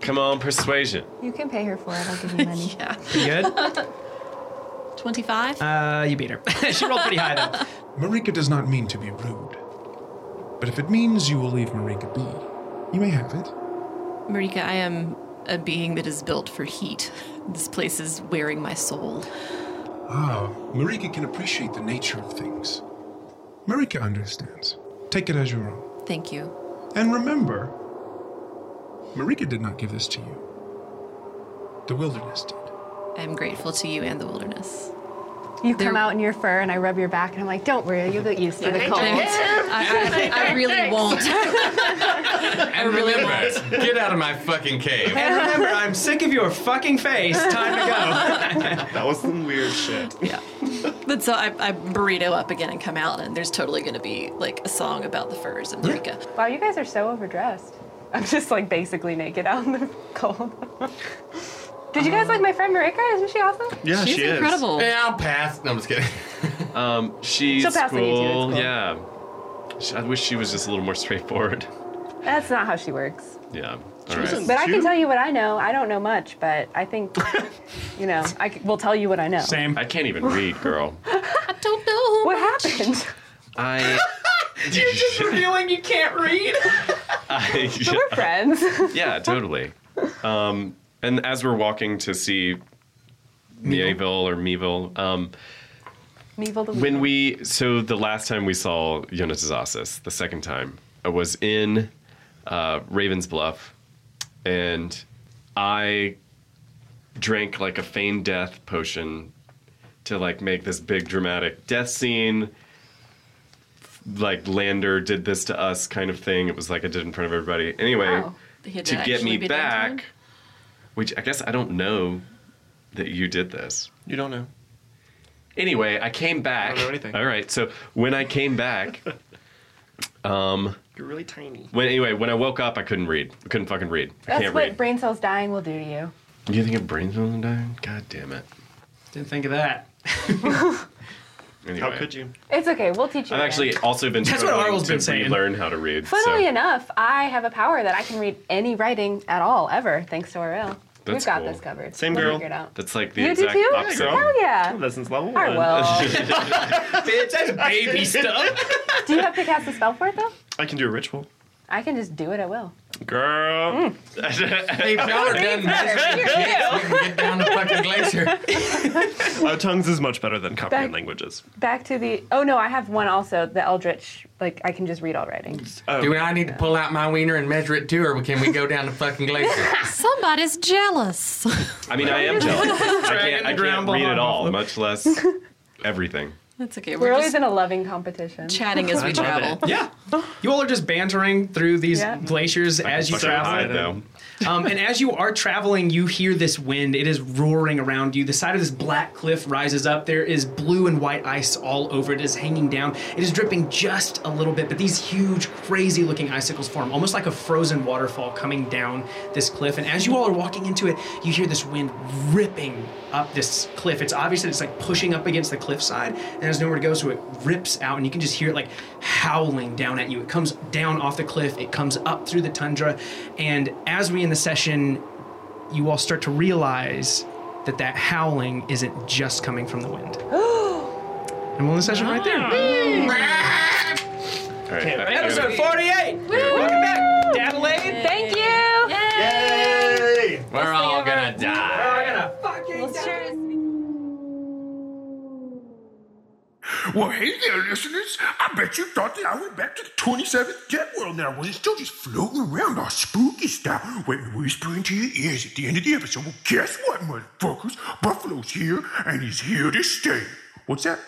Speaker 1: Come on, persuasion.
Speaker 9: You can pay her for it.
Speaker 4: *laughs*
Speaker 9: I'll give you money.
Speaker 4: yeah.
Speaker 2: Good.
Speaker 4: 25?
Speaker 2: Uh, you beat her. *laughs* she rolled pretty high though.
Speaker 8: Marika does not mean to be rude. But if it means you will leave Marika be, you may have it.
Speaker 4: Marika, I am a being that is built for heat. This place is wearing my soul.
Speaker 8: Ah, Marika can appreciate the nature of things. Marika understands. Take it as your own.
Speaker 4: Thank you.
Speaker 8: And remember, Marika did not give this to you. The wilderness did.
Speaker 4: I'm grateful to you and the wilderness.
Speaker 9: You come out in your fur, and I rub your back, and I'm like, "Don't worry, you'll get used to the
Speaker 4: I-
Speaker 9: cold."
Speaker 4: I, I really won't.
Speaker 11: And remember, get out of my fucking cave.
Speaker 2: And *laughs* remember, I'm sick of your fucking face. Time to go.
Speaker 3: that was some weird shit.
Speaker 4: Yeah. But so I, I burrito up again and come out, and there's totally going to be like a song about the furs and Marika.
Speaker 9: Wow, you guys are so overdressed. I'm just like basically naked out in the
Speaker 4: *laughs*
Speaker 9: cold. Did you
Speaker 4: Uh-huh.
Speaker 9: guys like my friend Marika? Isn't she awesome?
Speaker 11: Yeah, I'll pass. No, I'm just kidding.
Speaker 1: Um, she's
Speaker 9: She'll pass on you too, it's
Speaker 1: cool.
Speaker 9: cool.
Speaker 1: Yeah. She- I wish she was just a little more straightforward. *laughs*
Speaker 9: That's not how she works.
Speaker 1: Yeah. All
Speaker 9: But
Speaker 1: right.
Speaker 9: I can tell you what I know. I don't know much, but
Speaker 1: *laughs*
Speaker 9: I think, you know, I c- will tell you what I know.
Speaker 1: I can't even read,
Speaker 9: *laughs*
Speaker 1: girl.
Speaker 4: I don't know.
Speaker 9: What happened?
Speaker 1: I.
Speaker 2: You're just revealing *laughs* you can't read.
Speaker 1: I
Speaker 9: But we're
Speaker 1: *laughs*
Speaker 9: friends.
Speaker 1: yeah, totally. Um, and as we're walking to see Mieville or Meville, um,
Speaker 9: Meevil the
Speaker 1: when we so the last time we saw Jonas Asis, the second time, I was in uh, Raven's Bluff, and I drank like a feigned death potion to like make this big dramatic death scene. Like Lander did this to us, kind of thing. It was like I did in front of everybody. Anyway,
Speaker 4: Wow. He had to
Speaker 1: to get
Speaker 4: actually
Speaker 1: me
Speaker 4: be done to him?
Speaker 1: back, which I guess I don't know that you did this.
Speaker 3: You don't know.
Speaker 1: Anyway, I came back.
Speaker 3: know anything.
Speaker 1: All right. So when I came back, um,
Speaker 3: You're really tiny.
Speaker 1: when anyway, when I woke up, I couldn't read. I couldn't fucking read. I
Speaker 9: That's
Speaker 1: can't
Speaker 9: what
Speaker 1: read.
Speaker 9: brain cells dying will do to you.
Speaker 1: you think I'm brain cells dying? God damn it.
Speaker 2: *laughs* Didn't think of that.
Speaker 1: Anyway,
Speaker 3: How could you?
Speaker 9: It's okay. We'll teach you.
Speaker 1: I've
Speaker 9: again.
Speaker 1: actually also been
Speaker 2: That's what
Speaker 1: struggling
Speaker 2: Arl's
Speaker 1: to
Speaker 2: been saying.
Speaker 1: relearn how to read.
Speaker 9: Funnily
Speaker 1: so.
Speaker 9: enough, I have a power that I can read any writing at all ever, thanks to Ariel. We've
Speaker 1: That's
Speaker 9: got
Speaker 1: cool.
Speaker 9: this covered.
Speaker 1: Same
Speaker 9: we'll
Speaker 1: girl.
Speaker 9: Figure it out.
Speaker 1: That's like the
Speaker 9: you
Speaker 1: exact
Speaker 9: do too?
Speaker 1: opposite.
Speaker 9: Hell yeah.
Speaker 3: Lessons level
Speaker 9: I will.
Speaker 1: *laughs*
Speaker 2: Bitch, that's *laughs* baby stuff.
Speaker 9: do you have to cast a spell for it though?
Speaker 3: I can do a ritual.
Speaker 9: I can just do it.
Speaker 1: *laughs*
Speaker 9: I will. Mm.
Speaker 1: Girl.
Speaker 11: Hey, *laughs* if y'all are done
Speaker 2: *laughs*
Speaker 11: measuring dicks, we can get down the fucking glacier.
Speaker 3: Our Uh, tongues is much better than comprehend
Speaker 9: Back-
Speaker 3: languages.
Speaker 9: Back to the. Oh no, I have one also. The Eldritch. Like I can just read all writing.
Speaker 11: Do I need to pull out my wiener and measure it too, or can we go down the fucking glacier?
Speaker 4: *laughs* Somebody's jealous.
Speaker 1: I mean, I am jealous. I can't, I can't read at all, much less
Speaker 9: *laughs*
Speaker 1: everything.
Speaker 4: That's okay.
Speaker 9: We're, always in a loving competition.
Speaker 4: chatting as we travel.
Speaker 2: Yeah. You all are just bantering through these
Speaker 9: Yeah.
Speaker 2: glaciers as you
Speaker 1: Fucking
Speaker 2: travel.
Speaker 1: high, though.
Speaker 2: Um, and as you are traveling, you hear this wind. It is roaring around you. The side of this black cliff rises up. There is blue and white ice all over it. It is hanging down. It is dripping just a little bit, but these huge, crazy looking icicles form, almost like a frozen waterfall coming down this cliff. And as you all are walking into it, you hear this wind ripping up this cliff. It's obvious that it's like pushing up against the cliffside, and there's nowhere to go, so it rips out, and you can just hear it like howling down at you. It comes down off the cliff, it comes up through the tundra, and as we in the session, you all start to realize that that howling isn't just coming from the wind. and we'll end the session right there.
Speaker 1: All right. I- I gotta-
Speaker 2: Episode 48! Welcome back, Adelaide!
Speaker 9: Thank you!
Speaker 2: Yay!
Speaker 5: We're all gonna die.
Speaker 9: Let's cheers.
Speaker 8: Well, hey there, listeners. I bet you thought that I went back to the 27th Dead World now. We're still just floating around all spooky style, waiting whispering to your ears at the end of the episode. Well, guess what, motherfuckers? Buffalo's here, and he's here to stay. What's that?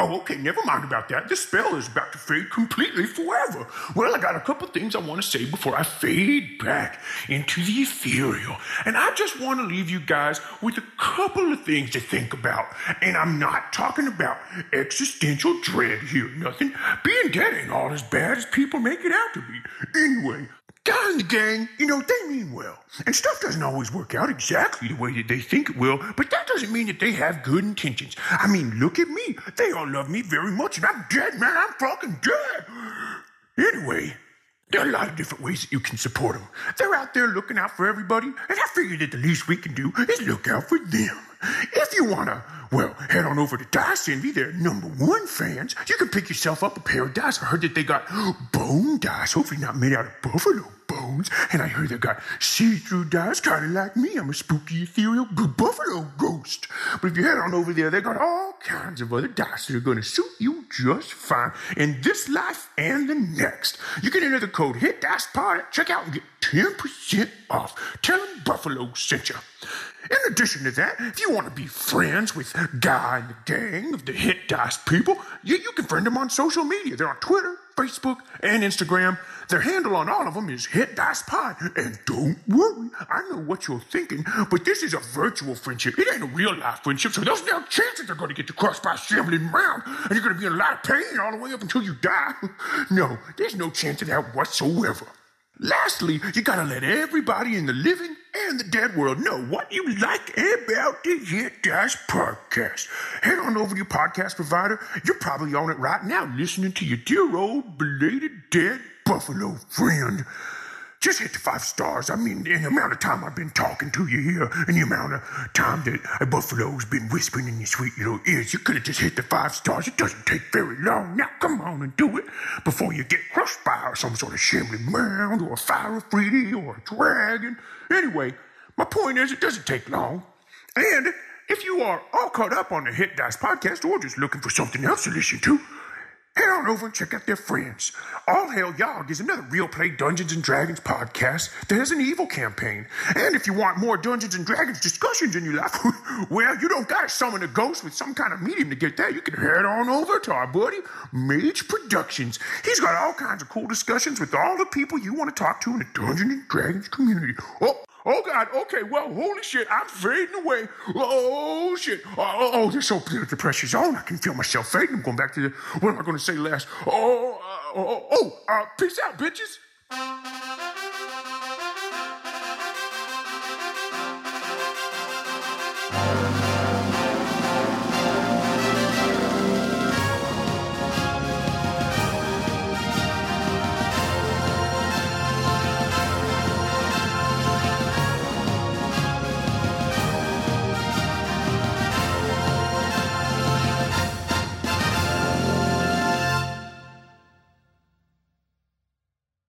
Speaker 8: Oh, okay, never mind about that. The spell is about to fade completely forever. Well, I got a couple things I want to say before I fade back into the ethereal. And I just want to leave you guys with a couple of things to think about. And I'm not talking about existential dread here, nothing. Being dead ain't all as bad as people make it out to be. Anyway, guys in the gang, you know, they mean well. And stuff doesn't always work out exactly the way that they think it will, but that doesn't mean that they have good intentions. I mean, look at me. They all love me very much, and I'm dead, man. I'm fucking dead. Anyway, there are a lot of different ways that you can support them. They're out there looking out for everybody, and I figure that the least we can do is look out for them. If you want to, well, head on over to Dice Envy, their number one fans. You can pick yourself up a pair of dice. I heard that they got bone dice, hopefully not made out of buffalo bones. And I heard they got see-through dice, kind of like me. I'm a spooky, ethereal b- buffalo ghost. But if you head on over there, they got all kinds of other dice that are going to suit you just fine in this life and the next. You can enter the code HIT DICE POD at checkout and get 10% off. Tell them Buffalo sent you. In addition to that, if you want to be friends with Guy and the gang of the Hit Dice people, you, you can friend them on social media. They're on Twitter, Facebook, and Instagram. Their handle on all of them is Hit Dice Pod. And don't worry, I know what you're thinking, but this is a virtual friendship. It ain't a real life friendship, so there's no chance that they're going to get to cross by shambling round, and you're going to be in a lot of pain all the way up until you die. *laughs* no, there's no chance of that whatsoever. Lastly, you gotta let everybody in the living and the dead world know what you like about the Hit Dash podcast. Head on over to your podcast provider. You're probably on it right now, listening to your dear old belated dead buffalo friend. Just hit the five stars. I mean, in the amount of time I've been talking to you here, and the amount of time that a buffalo's been whispering in your sweet little ears, you could have just hit the five stars. It doesn't take very long. Now, come on and do it before you get crushed by some sort of shambling mound or a fire Freddy or a dragon. Anyway, my point is, it doesn't take long. And if you are all caught up on the Hit Dice podcast or just looking for something else to listen to, Head on over and check out their friends. All Hail Yog is another real play Dungeons and Dragons podcast that has an evil campaign. And if you want more Dungeons and Dragons discussions in your life, *laughs* well, you don't gotta summon a ghost with some kind of medium to get that. You can head on over to our buddy Mage Productions. He's got all kinds of cool discussions with all the people you want to talk to in the Dungeons and Dragons community. Oh, Oh God! Okay, well, holy shit! I'm fading away. Oh shit! Oh, oh, oh this so the pressure's on. I can feel myself fading. I'm going oh, back to the. What am I going to say last? Oh, uh, oh, oh! Uh, peace out, bitches.